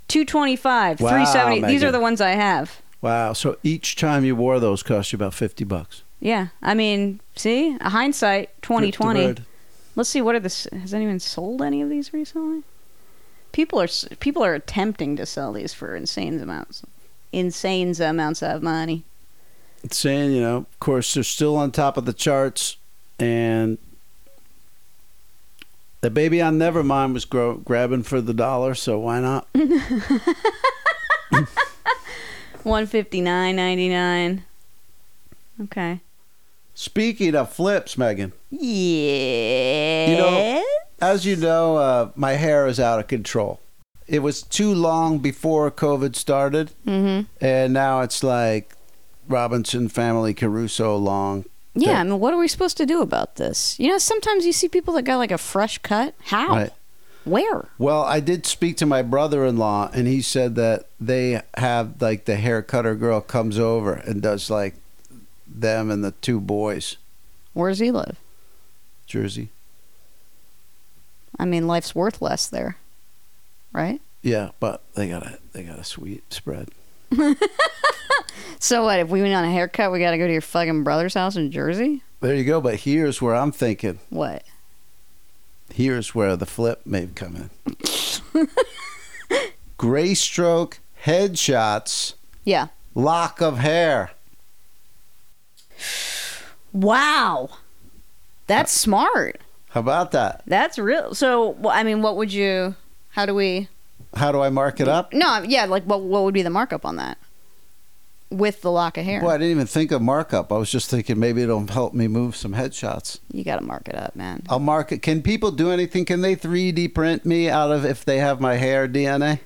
Speaker 2: 225,
Speaker 1: Wow,
Speaker 2: 370. These
Speaker 1: Megan.
Speaker 2: are the ones I have.
Speaker 1: Wow. So each time you wore those cost you about fifty bucks.
Speaker 2: Yeah, I mean, see, hindsight,
Speaker 1: Good
Speaker 2: twenty twenty.
Speaker 1: word.
Speaker 2: Let's see, what are this? Has anyone sold any of these recently? people are s- people are attempting to sell these for insane amounts, insane amounts of money.
Speaker 1: saying, you know, of course, they're still on top of the charts, and the baby on Nevermind was gro- grabbing for the dollar, so why not?
Speaker 2: Mm-hmm. One fifty nine ninety nine. Okay.
Speaker 1: Speaking of flips, Megan,
Speaker 2: Yeah.
Speaker 1: as you know, uh, my hair is out of control. It was too long before COVID started,
Speaker 2: mm-hmm.
Speaker 1: and now it's like Robinson family Caruso long.
Speaker 2: Yeah,
Speaker 1: Yeah.
Speaker 2: I mean, what are we supposed to do about this? You know, sometimes you see people that got like a fresh cut. How?
Speaker 1: Right.
Speaker 2: Where?
Speaker 1: Well, I did speak to my brother-in-law, and he said that they have like the hair cutter girl comes over and does like them and the two boys,
Speaker 2: Where does he live?
Speaker 1: Jersey.
Speaker 2: I mean, life's worth less there, right?
Speaker 1: Yeah, but they got a they got a sweet spread.
Speaker 2: So what? If we went on a haircut, we got to go to your fucking brother's house in Jersey.
Speaker 1: There you go. But here's where I'm thinking.
Speaker 2: What?
Speaker 1: Here's where the flip may come in. Gray stroke, headshots,
Speaker 2: Yeah.
Speaker 1: lock of hair.
Speaker 2: Wow. That's smart.
Speaker 1: How about that?
Speaker 2: That's real. So, wh- I mean, what would you? How do we?
Speaker 1: How do I mark it up?
Speaker 2: No, yeah, like what? What would be the markup on that? With the lock of hair,
Speaker 1: Well, I didn't even think of markup. I was just thinking maybe it'll help me move some headshots.
Speaker 2: you got to mark it up, man.
Speaker 1: I'll mark it. Can people do anything? Can they 3D print me out of if they have my hair DNA?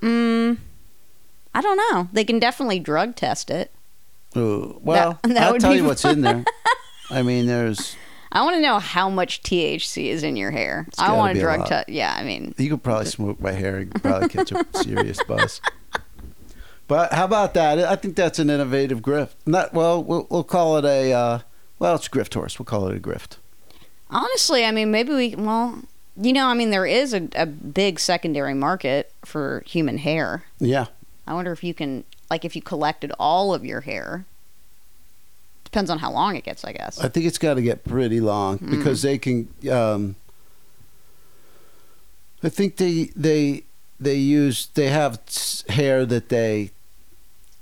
Speaker 2: Mm, I don't know. They can definitely drug test it.
Speaker 1: Ooh, well,
Speaker 2: that
Speaker 1: I'll
Speaker 2: would
Speaker 1: tell
Speaker 2: be
Speaker 1: you what's in there. I mean, there's
Speaker 2: I want to know how much THC is in your hair. I
Speaker 1: gotta
Speaker 2: want
Speaker 1: be
Speaker 2: to
Speaker 1: a
Speaker 2: drug
Speaker 1: lot.
Speaker 2: test. Yeah, I mean,
Speaker 1: you could probably smoke my hair. You could probably catch a serious buzz. But how about that? I think that's an innovative grift. Not well. We'll, we'll call it a. Uh, well, it's grift horse. We'll call it a grift.
Speaker 2: honestly, I mean, maybe we. Well, you know, I mean, there is a, a big secondary market for human hair.
Speaker 1: Yeah.
Speaker 2: I wonder if you can, like, if you collected all of your hair. Depends on how long it gets, I guess.
Speaker 1: I think it's got to get pretty long because they can. Um, I think they they they use they have s- hair that they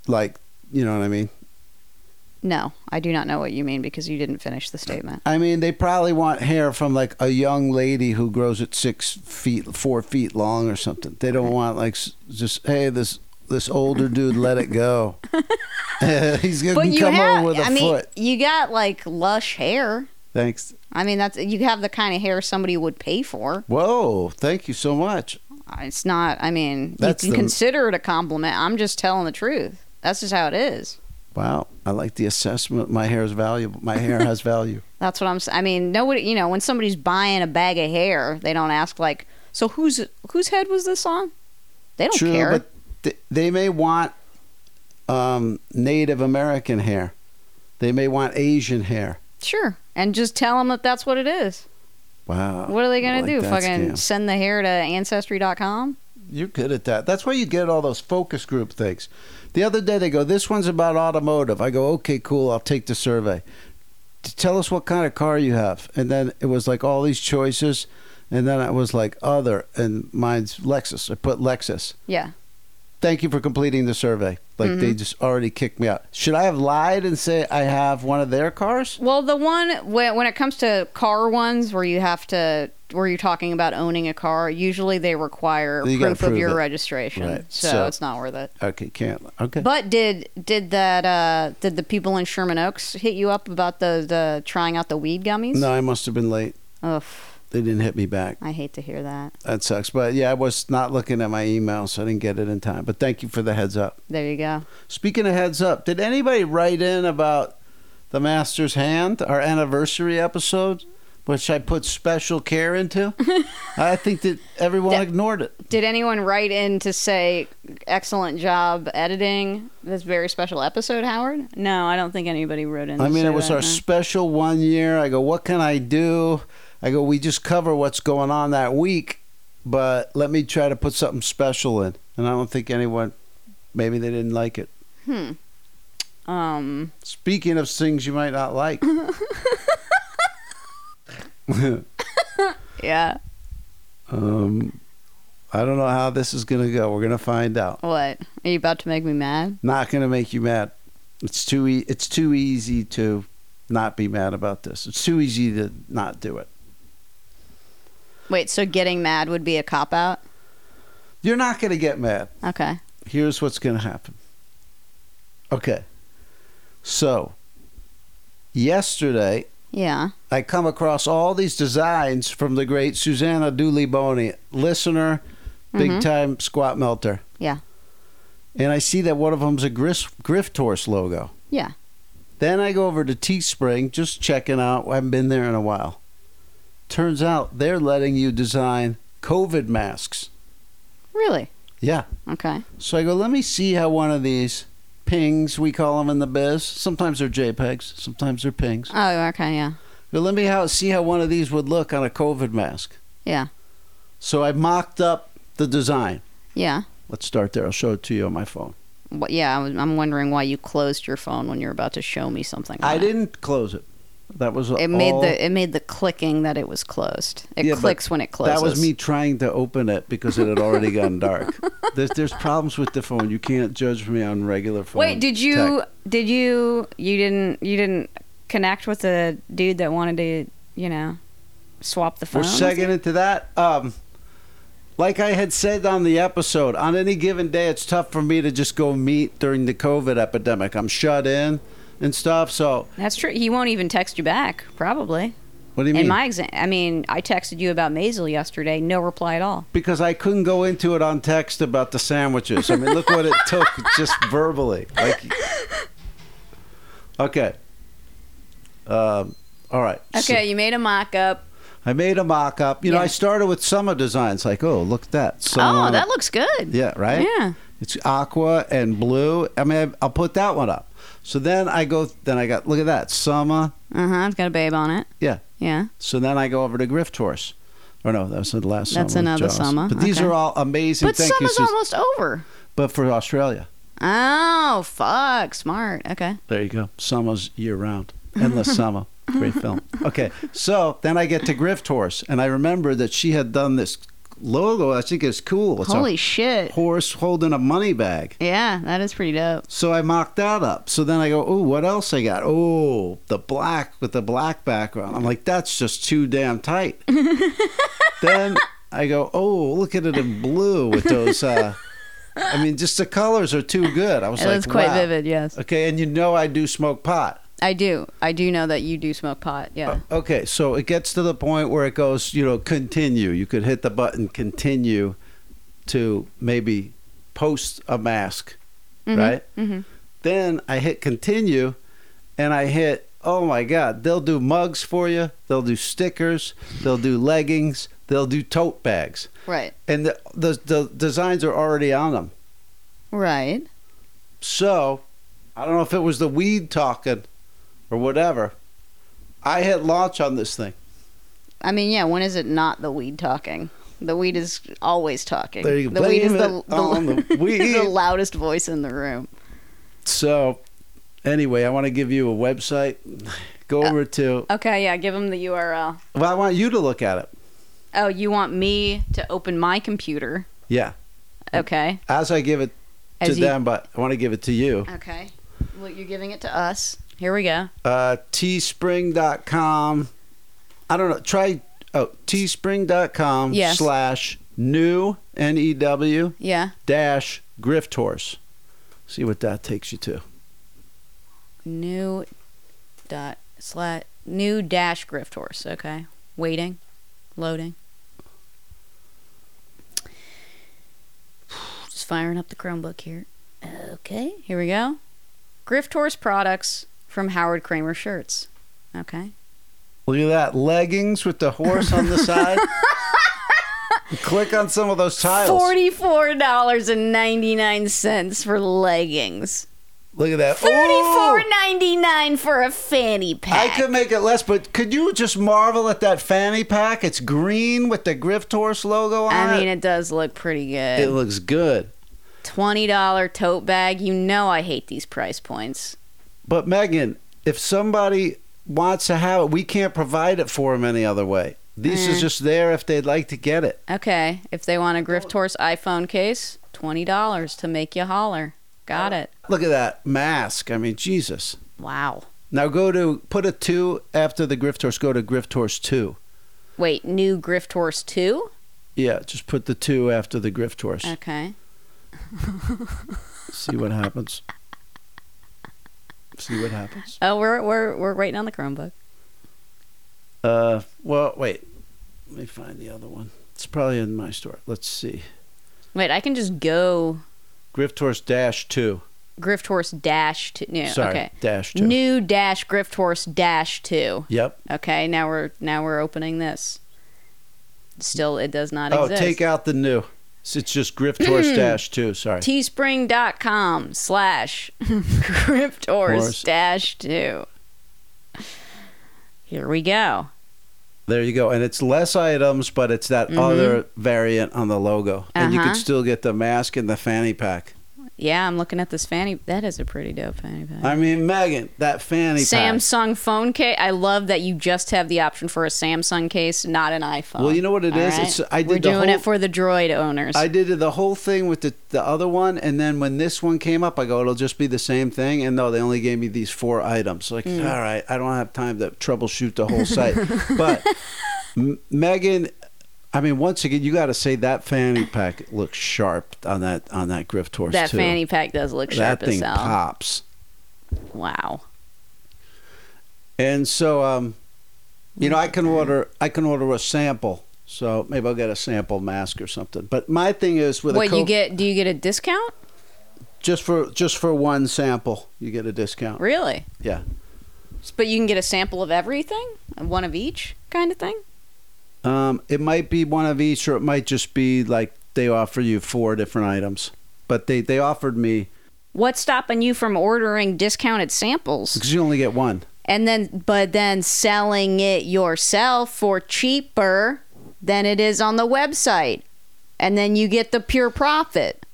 Speaker 1: like. You know what I mean?
Speaker 2: no, I do not know what you mean because you didn't finish the statement.
Speaker 1: I mean they probably want hair from like a young lady who grows at six feet, four feet long or something. They don't want like s- just hey this this older dude let it go. He's gonna
Speaker 2: But you
Speaker 1: come
Speaker 2: have,
Speaker 1: over with a
Speaker 2: I mean,
Speaker 1: foot.
Speaker 2: you got like lush hair.
Speaker 1: Thanks.
Speaker 2: I mean, that's you have the kind of hair somebody would pay for.
Speaker 1: Whoa! Thank you so much.
Speaker 2: It's not. I mean,
Speaker 1: That's
Speaker 2: you
Speaker 1: the-
Speaker 2: can consider it a compliment. I'm just telling the truth. That's just how it is.
Speaker 1: Wow, I like the assessment. My hair is valuable. My hair has value.
Speaker 2: That's what I'm. s- I mean, nobody. You know, when somebody's buying a bag of hair, they don't ask like, "So whose whose head was this on?" They don't
Speaker 1: True,
Speaker 2: care.
Speaker 1: but th- they may want um, Native American hair. They may want Asian hair.
Speaker 2: Sure, and just tell them that that's what it is.
Speaker 1: Wow.
Speaker 2: What are they
Speaker 1: I
Speaker 2: gonna
Speaker 1: like
Speaker 2: do?
Speaker 1: that
Speaker 2: Fucking
Speaker 1: scam.
Speaker 2: send the hair to ancestry.com?
Speaker 1: You're good at that. That's why you get all those focus group things. The other day they go, "This one's about automotive." I go, "Okay, cool. I'll take the survey." "T- Tell us what kind of car you have, and then it was like all these choices, and then I was like other, and mine's Lexus. I put Lexus.
Speaker 2: Yeah.
Speaker 1: thank you for completing the survey. Like they just already kicked me out. Should I have lied and say I have one of their cars?
Speaker 2: Well, the one when, when it comes to car ones where you have to where you're talking about owning a car, usually they require
Speaker 1: You gotta
Speaker 2: proof of
Speaker 1: prove
Speaker 2: your
Speaker 1: it.
Speaker 2: registration.
Speaker 1: Right.
Speaker 2: So,
Speaker 1: So-
Speaker 2: it's not worth it.
Speaker 1: Okay, can't. Okay.
Speaker 2: But did did that uh did the people in Sherman Oaks hit you up about the the trying out the weed gummies?
Speaker 1: no, I must have been late.
Speaker 2: Ugh,
Speaker 1: They didn't hit me back.
Speaker 2: I hate to hear that.
Speaker 1: That sucks. But yeah, I was not looking at my email, so I didn't get it in time. But thank you for the heads up.
Speaker 2: There you go.
Speaker 1: Speaking of heads up, did anybody write in about the Master's Hand, our anniversary episode, which I put special care into? I think that everyone
Speaker 2: Yeah.
Speaker 1: ignored it.
Speaker 2: Did anyone write in to say excellent job editing this very special episode, Howard? No, I don't think anybody wrote in.
Speaker 1: I
Speaker 2: to
Speaker 1: mean,
Speaker 2: say
Speaker 1: it was
Speaker 2: that,
Speaker 1: our
Speaker 2: no.
Speaker 1: special one year. I go, what can I do? I go, we just cover what's going on that week, but let me try to put something special in. And I don't think anyone, maybe they didn't like it.
Speaker 2: um.
Speaker 1: Speaking of things you might not like,
Speaker 2: Yeah.
Speaker 1: um, I don't know how this is gonna go. We're gonna find out.
Speaker 2: What? Are you about to make me mad?
Speaker 1: Not gonna make you mad. It's too e- it's too easy to not be mad about this. It's too easy to not do it.
Speaker 2: Wait, so getting mad would be a cop out?
Speaker 1: You're not gonna get mad.
Speaker 2: Okay.
Speaker 1: Here's what's gonna happen. Okay. So yesterday
Speaker 2: Yeah.
Speaker 1: I come across all these designs from the great Susanna Dooley Boney, listener, big
Speaker 2: Mhm.
Speaker 1: time squat melter.
Speaker 2: Yeah.
Speaker 1: And I see that one of them's a Grist, Grift Horse logo.
Speaker 2: Yeah.
Speaker 1: Then I go over to Teespring, just checking out. I haven't been there in a while. Turns out they're letting you design COVID masks.
Speaker 2: Really?
Speaker 1: Yeah.
Speaker 2: Okay.
Speaker 1: So I go, let me see how one of these pings, we call them in the biz. Sometimes they're JPEGs, sometimes they're pings.
Speaker 2: Oh, okay. Yeah.
Speaker 1: But let me how, see how one of these would look on a COVID mask.
Speaker 2: Yeah.
Speaker 1: So I mocked up the design.
Speaker 2: Yeah.
Speaker 1: Let's start there. I'll show it to you on my phone.
Speaker 2: What, yeah. I was, I'm wondering why you closed your phone when you were about to show me something. on
Speaker 1: I
Speaker 2: it.
Speaker 1: didn't close it. That was
Speaker 2: It made
Speaker 1: all-
Speaker 2: the it made the clicking that it was closed. It
Speaker 1: Yeah, but
Speaker 2: clicks when it closes.
Speaker 1: That was me trying to open it because it had already gotten dark. There's there's problems with the phone. You can't judge me on regular phone.
Speaker 2: Wait, did you
Speaker 1: tech.
Speaker 2: did you you didn't you didn't connect with the dude that wanted to you know swap the phone?
Speaker 1: We're second into that. Um, like I had said on the episode, on any given day, it's tough for me to just go meet during the COVID epidemic. I'm shut in and stuff. So
Speaker 2: That's true. He won't even text you back. Probably.
Speaker 1: what do you
Speaker 2: In
Speaker 1: mean?
Speaker 2: my exam, I mean, I texted you about Maisel yesterday. No reply at all.
Speaker 1: because I couldn't go into it on text about the sandwiches. I mean, look what it took just verbally. Like, okay, um, all right. So
Speaker 2: Okay, you made a mock up.
Speaker 1: I made a mock-up. You know,
Speaker 2: Yeah.
Speaker 1: I started with summer designs. Like, oh, look at that.
Speaker 2: Oh,
Speaker 1: Summer.
Speaker 2: that looks good.
Speaker 1: yeah, right.
Speaker 2: Yeah.
Speaker 1: It's aqua and blue. I mean, I- I'll put that one up. So then I go. Then I got. Look at that. Summer.
Speaker 2: Uh huh. It's got a babe on it.
Speaker 1: Yeah.
Speaker 2: Yeah.
Speaker 1: So then I go over to Grift Horse. Or no, that was the last.
Speaker 2: That's
Speaker 1: summer,
Speaker 2: another
Speaker 1: Jaws.
Speaker 2: summer,
Speaker 1: But these
Speaker 2: okay.
Speaker 1: are all amazing.
Speaker 2: But
Speaker 1: Thank you,
Speaker 2: summer's
Speaker 1: Sus-
Speaker 2: almost over.
Speaker 1: But for Australia.
Speaker 2: Oh, fuck. Smart. Okay.
Speaker 1: There you go. Summer's year round. Endless summer. Great film. Okay. So then I get to Grift Horse, and I remember that she had done this logo. I think it's cool. It's
Speaker 2: Holy
Speaker 1: a
Speaker 2: shit.
Speaker 1: horse holding a money bag.
Speaker 2: Yeah, that is pretty dope.
Speaker 1: So I mocked that up. So then I go, oh, what else I got? Oh, the black with the black background. I'm like, that's just too damn tight. then I go, oh, look at it in blue with those. Uh, I mean, just the colors are too good. I was
Speaker 2: It
Speaker 1: like,
Speaker 2: was quite
Speaker 1: wow.
Speaker 2: vivid, yes.
Speaker 1: Okay, and you know I do smoke pot.
Speaker 2: I do. I do know that you do smoke pot. Yeah.
Speaker 1: Okay, so it gets to the point where it goes, you know, continue. You could hit the button continue to maybe post a mask, right?
Speaker 2: hmm
Speaker 1: Then I hit continue and I hit, oh my God, they'll do mugs for you, they'll do stickers, they'll do leggings, they'll do tote bags.
Speaker 2: Right.
Speaker 1: And the, the, the designs are already on them.
Speaker 2: Right.
Speaker 1: So, I don't know if it was the weed talking or whatever. I hit launch on this thing.
Speaker 2: I mean, yeah, when is it not the weed talking? The weed is always talking.
Speaker 1: There you
Speaker 2: the
Speaker 1: blame
Speaker 2: weed is the,
Speaker 1: it on the weed.
Speaker 2: the loudest voice in the room.
Speaker 1: So, anyway, I want to give you a website. Go
Speaker 2: Uh,
Speaker 1: over to.
Speaker 2: Okay, yeah, give him the URL.
Speaker 1: Well, I want you to look at it.
Speaker 2: Oh, you want me to open my computer?
Speaker 1: Yeah,
Speaker 2: Okay.
Speaker 1: as I give it to
Speaker 2: As you-
Speaker 1: them, but I want to give it to you.
Speaker 2: Okay. Well, you're giving it to us. Here we go.
Speaker 1: Uh, teespring.com. I don't know. Try oh teespring.com
Speaker 2: Yes.
Speaker 1: slash new n e w
Speaker 2: Yeah.
Speaker 1: dash grift horse. See what that takes you to.
Speaker 2: New dot slash new dash grift horse. Okay. Waiting. Loading. Just firing up the Chromebook here. Okay. Here we go. Grift horse products from Howard Kramer shirts. Okay.
Speaker 1: Look at that leggings with the horse on the side. Click on some of those tiles.
Speaker 2: Forty-four dollars and ninety-nine cents for leggings.
Speaker 1: Look at that.
Speaker 2: Thirty-four
Speaker 1: Ooh!
Speaker 2: ninety-nine for a fanny
Speaker 1: I
Speaker 2: pack.
Speaker 1: could make it less, but could you just marvel at that fanny pack? It's green with the Grift Horse logo on
Speaker 2: I mean,
Speaker 1: it.
Speaker 2: it does look pretty good.
Speaker 1: It looks good.
Speaker 2: twenty dollar tote bag. You know I hate these price points.
Speaker 1: But Megan, if somebody wants to have it, we can't provide it for them any other way. This
Speaker 2: Eh.
Speaker 1: is just there if they'd like to get it.
Speaker 2: Okay. If they want a Grift
Speaker 1: Oh.
Speaker 2: Horse iPhone case, $20 to make you holler. Got it.
Speaker 1: Look at that mask. I mean, Jesus.
Speaker 2: Wow.
Speaker 1: Now go to put a two after the Grift Horse. Go to Grift Horse two.
Speaker 2: Wait, new Grift Horse 2?
Speaker 1: Yeah, just put the two after the Grift Horse.
Speaker 2: Okay.
Speaker 1: See what happens. See what happens.
Speaker 2: Oh, we're we're we're waiting on the Chromebook.
Speaker 1: Uh, well, wait. Let me find the other one. It's probably in my store. Let's see.
Speaker 2: Wait, I can just go
Speaker 1: Grift Horse dash two.
Speaker 2: Grift Horse dash 2. No,
Speaker 1: Sorry,
Speaker 2: okay.
Speaker 1: dash two.
Speaker 2: New dash Grift Horse dash 2.
Speaker 1: yep.
Speaker 2: Okay, now we're now we're opening this. Still it does not
Speaker 1: Oh,
Speaker 2: exist.
Speaker 1: take out the new. It's it's just Grift Horse dash two. Sorry.
Speaker 2: teespring.com slash cryptors
Speaker 1: Horse.
Speaker 2: dash two here we go
Speaker 1: There you go. And it's less items, but it's that other variant on the logo. And you
Speaker 2: Mm-hmm. Uh-huh.
Speaker 1: can still get the mask and the fanny pack.
Speaker 2: yeah i'm looking at this fanny that is a pretty dope fanny pack
Speaker 1: I mean, Megan, that fanny pack.
Speaker 2: samsung phone case i love that you just have the option for a samsung case not an iphone
Speaker 1: Well, you know what it
Speaker 2: All
Speaker 1: is?
Speaker 2: right?
Speaker 1: It's- I did
Speaker 2: we're
Speaker 1: the
Speaker 2: doing
Speaker 1: whole-
Speaker 2: it for the droid owners
Speaker 1: I did the whole thing with the, the other one. And then when this one came up, I go, it'll just be the same thing. And no, they only gave me these four items. Like, all right, I don't have time to troubleshoot the whole site. but M- Megan. I mean, once again, you got to say that fanny pack looks sharp on that on that grift horse
Speaker 2: that
Speaker 1: too.
Speaker 2: fanny pack does look
Speaker 1: that
Speaker 2: sharp
Speaker 1: thing
Speaker 2: as hell
Speaker 1: pops.
Speaker 2: wow
Speaker 1: And so, um, you know, I can order I can order a sample. So maybe I'll get a sample mask or something. But my thing is with
Speaker 2: what
Speaker 1: a co-
Speaker 2: you get do you get a discount
Speaker 1: just for just for one sample, you get a discount.
Speaker 2: really
Speaker 1: Yeah.
Speaker 2: but you can get a sample of everything one of each kind of thing
Speaker 1: Um, it might be one of each, or it might just be like they offer you four different items. But they they offered me
Speaker 2: What's stopping you from ordering discounted samples
Speaker 1: because you only get one.
Speaker 2: and then but then selling it yourself for cheaper than it is on the website? And then you get the pure profit.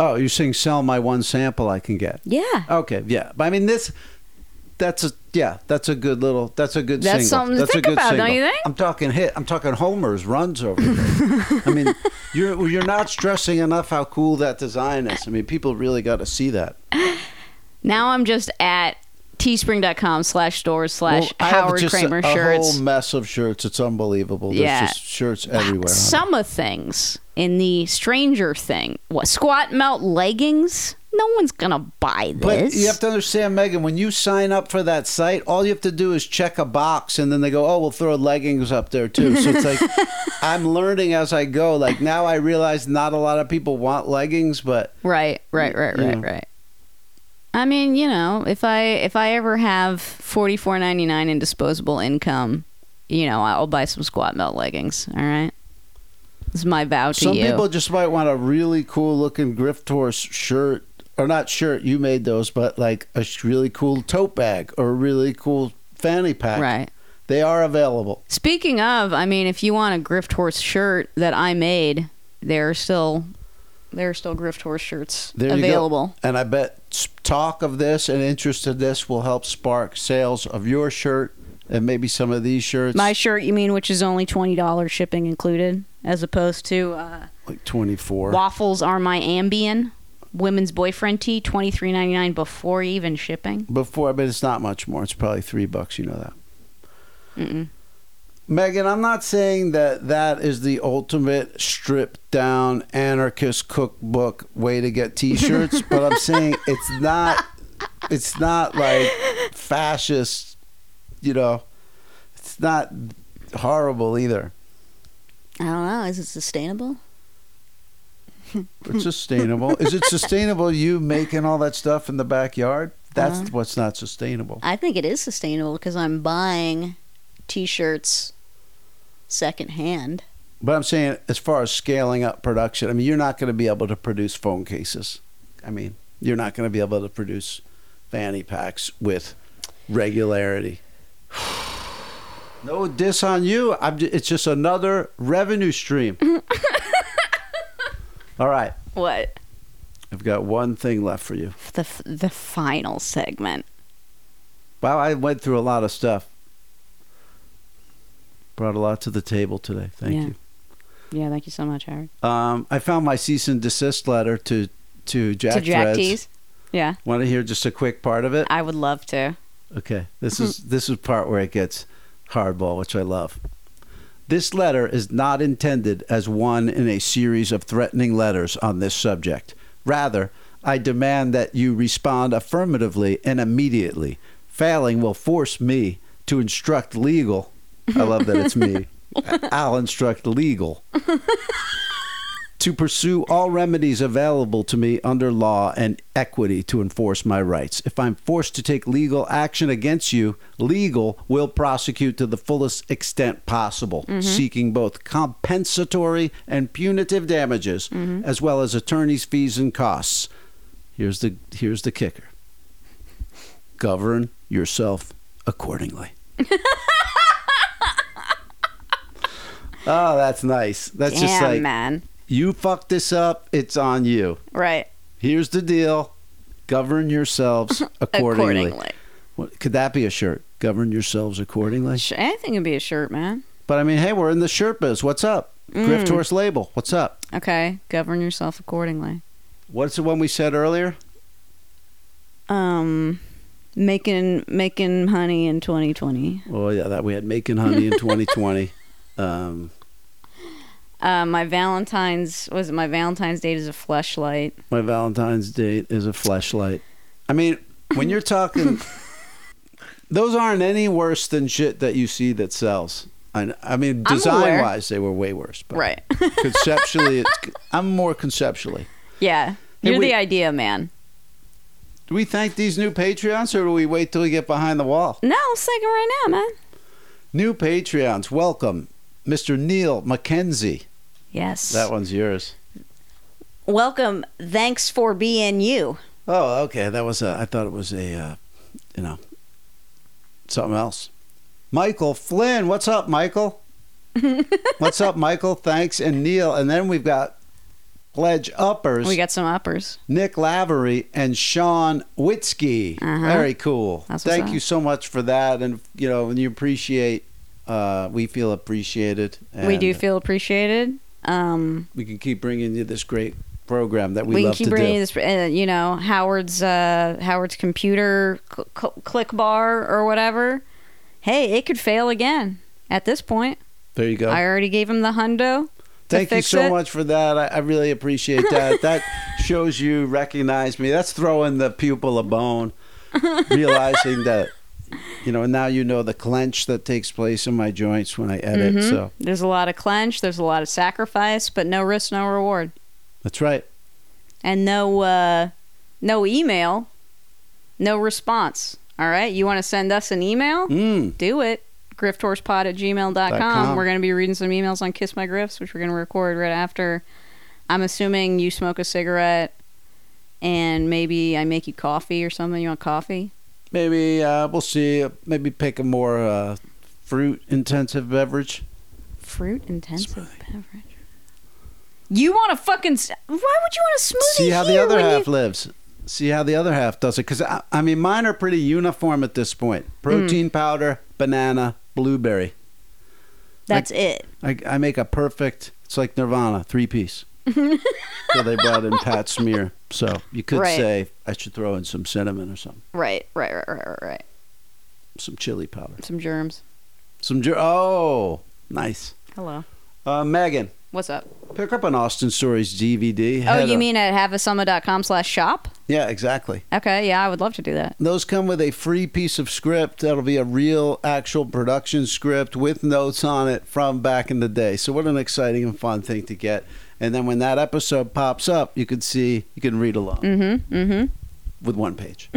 Speaker 1: Oh, you're saying sell my one sample I can get?
Speaker 2: Yeah.
Speaker 1: Okay, yeah. But I mean this that's a yeah, that's a good little that's a good
Speaker 2: That's
Speaker 1: single.
Speaker 2: something to
Speaker 1: that's
Speaker 2: think
Speaker 1: a good
Speaker 2: about, don't
Speaker 1: single.
Speaker 2: you think?
Speaker 1: I'm talking hit I'm talking homers, runs over here. I mean you're you're not stressing enough how cool that design is. I mean people really gotta see that.
Speaker 2: Now I'm just at teespring.com slash stores slash
Speaker 1: Well, I have
Speaker 2: Howard
Speaker 1: just a-
Speaker 2: Kramer
Speaker 1: a,
Speaker 2: shirts.
Speaker 1: whole mess of shirts. It's unbelievable. There's
Speaker 2: Yeah.
Speaker 1: just shirts everywhere. honey.
Speaker 2: Some of things in the Stranger Thing. What squat melt leggings? No one's gonna buy this.
Speaker 1: But you have to understand, Megan, when you sign up for that site, all you have to do is check a box and then they go, oh, we'll throw leggings up there too. So it's like, I'm learning as I go. Like now I realize not a lot of people want leggings, but
Speaker 2: Right, right, right,
Speaker 1: you
Speaker 2: right,
Speaker 1: know.
Speaker 2: right. I mean, you know, if I if I ever have forty four ninety nine in disposable income, you know, I'll buy some squat melt leggings. All right, this is my vow to
Speaker 1: some
Speaker 2: you.
Speaker 1: people just might want a really cool looking Grift Horse shirt. Or not shirt, you made those, but like a sh- really cool tote bag or a really cool fanny pack.
Speaker 2: right.
Speaker 1: They are available.
Speaker 2: Speaking of, I mean, if you want a grift horse shirt that I made, there are still there are still grift horse shirts
Speaker 1: There you go.
Speaker 2: available.
Speaker 1: And I bet s- talk of this and interest in this will help spark sales of your shirt and maybe some of these shirts.
Speaker 2: My shirt, you mean, which is only twenty dollars shipping included, as opposed to. Uh,
Speaker 1: like 24.
Speaker 2: Waffles are my Ambien. Women's boyfriend tee, twenty three ninety nine before even shipping.
Speaker 1: Before, but it's not much more. It's probably three bucks. You know that. Megan, I'm not saying that that is the ultimate stripped down anarchist cookbook way to get t-shirts, but I'm saying it's not it's not like fascist, you know. It's not horrible either.
Speaker 2: I don't know. Is it sustainable?
Speaker 1: It's sustainable. Is it sustainable you making all that stuff in the backyard? That's what's not sustainable.
Speaker 2: I think it is sustainable because I'm buying t-shirts secondhand.
Speaker 1: But I'm saying, as far as scaling up production, I mean, you're not going to be able to produce phone cases. I mean, you're not going to be able to produce fanny packs with regularity. No diss on you. I'm ju- it's just another revenue stream. All right.
Speaker 2: What
Speaker 1: I've got one thing left for you.
Speaker 2: the f- the final segment?
Speaker 1: Wow, I went through a lot of stuff. Brought a lot to the table today. Thank
Speaker 2: Yeah.
Speaker 1: you.
Speaker 2: Yeah, thank you so much, Howard.
Speaker 1: Um, I found my cease and desist letter to to Jack.
Speaker 2: to Jack
Speaker 1: Threads.
Speaker 2: Tees. Yeah,
Speaker 1: Want to hear just a quick part of it?
Speaker 2: I would love to.
Speaker 1: Okay. This is this is part where it gets hardball, which I love. This letter is not intended as one in a series of threatening letters on this subject. Rather, I demand that you respond affirmatively and immediately. Failing will force me to instruct legal. I love that it's me. I'll instruct legal to pursue all remedies available to me under law and equity to enforce my rights. If I'm forced to take legal action against you, legal will prosecute to the fullest extent possible, seeking both compensatory and punitive damages as well as attorney's fees and costs. Here's the here's the kicker. Govern yourself accordingly. oh, that's nice. That's
Speaker 2: Damn,
Speaker 1: just like
Speaker 2: man.
Speaker 1: you fucked this up, it's on you.
Speaker 2: Right.
Speaker 1: Here's the deal. Govern yourselves accordingly. What, could that be a shirt? Govern yourselves accordingly.
Speaker 2: Sh- Anything can be a shirt, man.
Speaker 1: But I mean, hey, we're in the shirt biz. What's up? Grift horse label. What's up?
Speaker 2: Okay, govern yourself accordingly.
Speaker 1: What's the one we said earlier?
Speaker 2: Um, making making honey in 2020.
Speaker 1: Oh yeah, that we had making honey in 2020. Um,
Speaker 2: Uh, my Valentine's was it my Valentine's date is a fleshlight.
Speaker 1: my Valentine's date is a flashlight. I mean, when you're talking, those aren't any worse than shit that you see that sells. I, I mean,
Speaker 2: I'm aware.
Speaker 1: design wise, they were way worse. But
Speaker 2: Right.
Speaker 1: conceptually, it's, I'm more conceptually.
Speaker 2: yeah.
Speaker 1: Hey,
Speaker 2: You're
Speaker 1: wait.
Speaker 2: the idea man.
Speaker 1: Do we thank these new Patreons or do we wait till we get behind the wall?
Speaker 2: No, let's take it right now, man.
Speaker 1: New Patreons, welcome. Mr. Neil McKenzie.
Speaker 2: Yes.
Speaker 1: That one's yours.
Speaker 2: Welcome. Thanks for being you.
Speaker 1: Oh, okay. That was a, I thought it was a, uh, you know, something else. Michael Flynn. What's up, Michael? what's up, Michael? Thanks. And Neil. And then we've got pledge uppers.
Speaker 2: We got some uppers.
Speaker 1: Nick Lavery and Sean Witzke.
Speaker 2: Uh-huh.
Speaker 1: Very cool.
Speaker 2: That's what's
Speaker 1: Thank
Speaker 2: up.
Speaker 1: you so much for that, and you know, and you appreciate. Uh, we feel appreciated. And
Speaker 2: we do feel appreciated. Um,
Speaker 1: we can keep bringing you this great program that we,
Speaker 2: we, can
Speaker 1: love
Speaker 2: keep
Speaker 1: to
Speaker 2: bringing
Speaker 1: do.
Speaker 2: this. Uh, you know, Howard's uh, Howard's computer cl- cl- click bar or whatever. Hey, it could fail again. At this point,
Speaker 1: There you go.
Speaker 2: I already gave him the hundo.
Speaker 1: Thank you
Speaker 2: fix
Speaker 1: so
Speaker 2: it.
Speaker 1: much for that. I, I really appreciate that. that shows you recognize me. That's throwing the pupil a bone, realizing that you know. And now you know the clench that takes place in my joints when I edit.
Speaker 2: Mm-hmm.
Speaker 1: So
Speaker 2: There's a lot of clench. There's a lot of sacrifice, but no risk, no reward,
Speaker 1: that's right.
Speaker 2: and no uh, no email, no response. All right, you want to send us an email?
Speaker 1: Mm.
Speaker 2: do it. Grifthorspod at
Speaker 1: Dot com.
Speaker 2: gmail.com. We're going to be reading some emails on Kiss My Grifts, which we're going to record right after. I'm assuming you smoke a cigarette and maybe I make you coffee or something. You want coffee?
Speaker 1: Maybe uh, we'll see. Maybe pick a more uh, fruit-intensive beverage.
Speaker 2: Fruit intensive beverage. You want a fucking. s- Why would you want a smoothie?
Speaker 1: See how the
Speaker 2: here
Speaker 1: other
Speaker 2: when
Speaker 1: half
Speaker 2: You,
Speaker 1: lives. See how the other half does it. Because I, I mean, mine are pretty uniform at this point:
Speaker 2: Hmm.
Speaker 1: protein powder, banana, blueberry.
Speaker 2: that's it.
Speaker 1: I, I make a perfect. It's like Nirvana, three-piece. so they brought in Pat Smear. So you could
Speaker 2: Right.
Speaker 1: say I should throw in some cinnamon or something,
Speaker 2: Right, right, right, right, right, right.
Speaker 1: some chili powder,
Speaker 2: Some germs.
Speaker 1: some. Jer- oh, nice.
Speaker 2: Hello.
Speaker 1: Uh, Megan,
Speaker 2: What's up?
Speaker 1: pick up an Austin Stories DVD.
Speaker 2: Oh,
Speaker 1: Head
Speaker 2: you
Speaker 1: up-
Speaker 2: mean at haveasummer.com slash shop?
Speaker 1: Yeah, exactly.
Speaker 2: Okay, yeah, I would love to do that.
Speaker 1: Those come with a free piece of script that'll be a real, actual production script with notes on it from back in the day. So, what an exciting and fun thing to get. And then when that episode pops up, you can see, you can read along
Speaker 2: Mm-hmm, mm-hmm.
Speaker 1: with one page.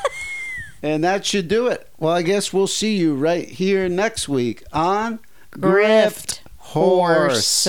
Speaker 1: and that should do it. Well, I guess we'll see you right here next week on
Speaker 2: Grift Horse.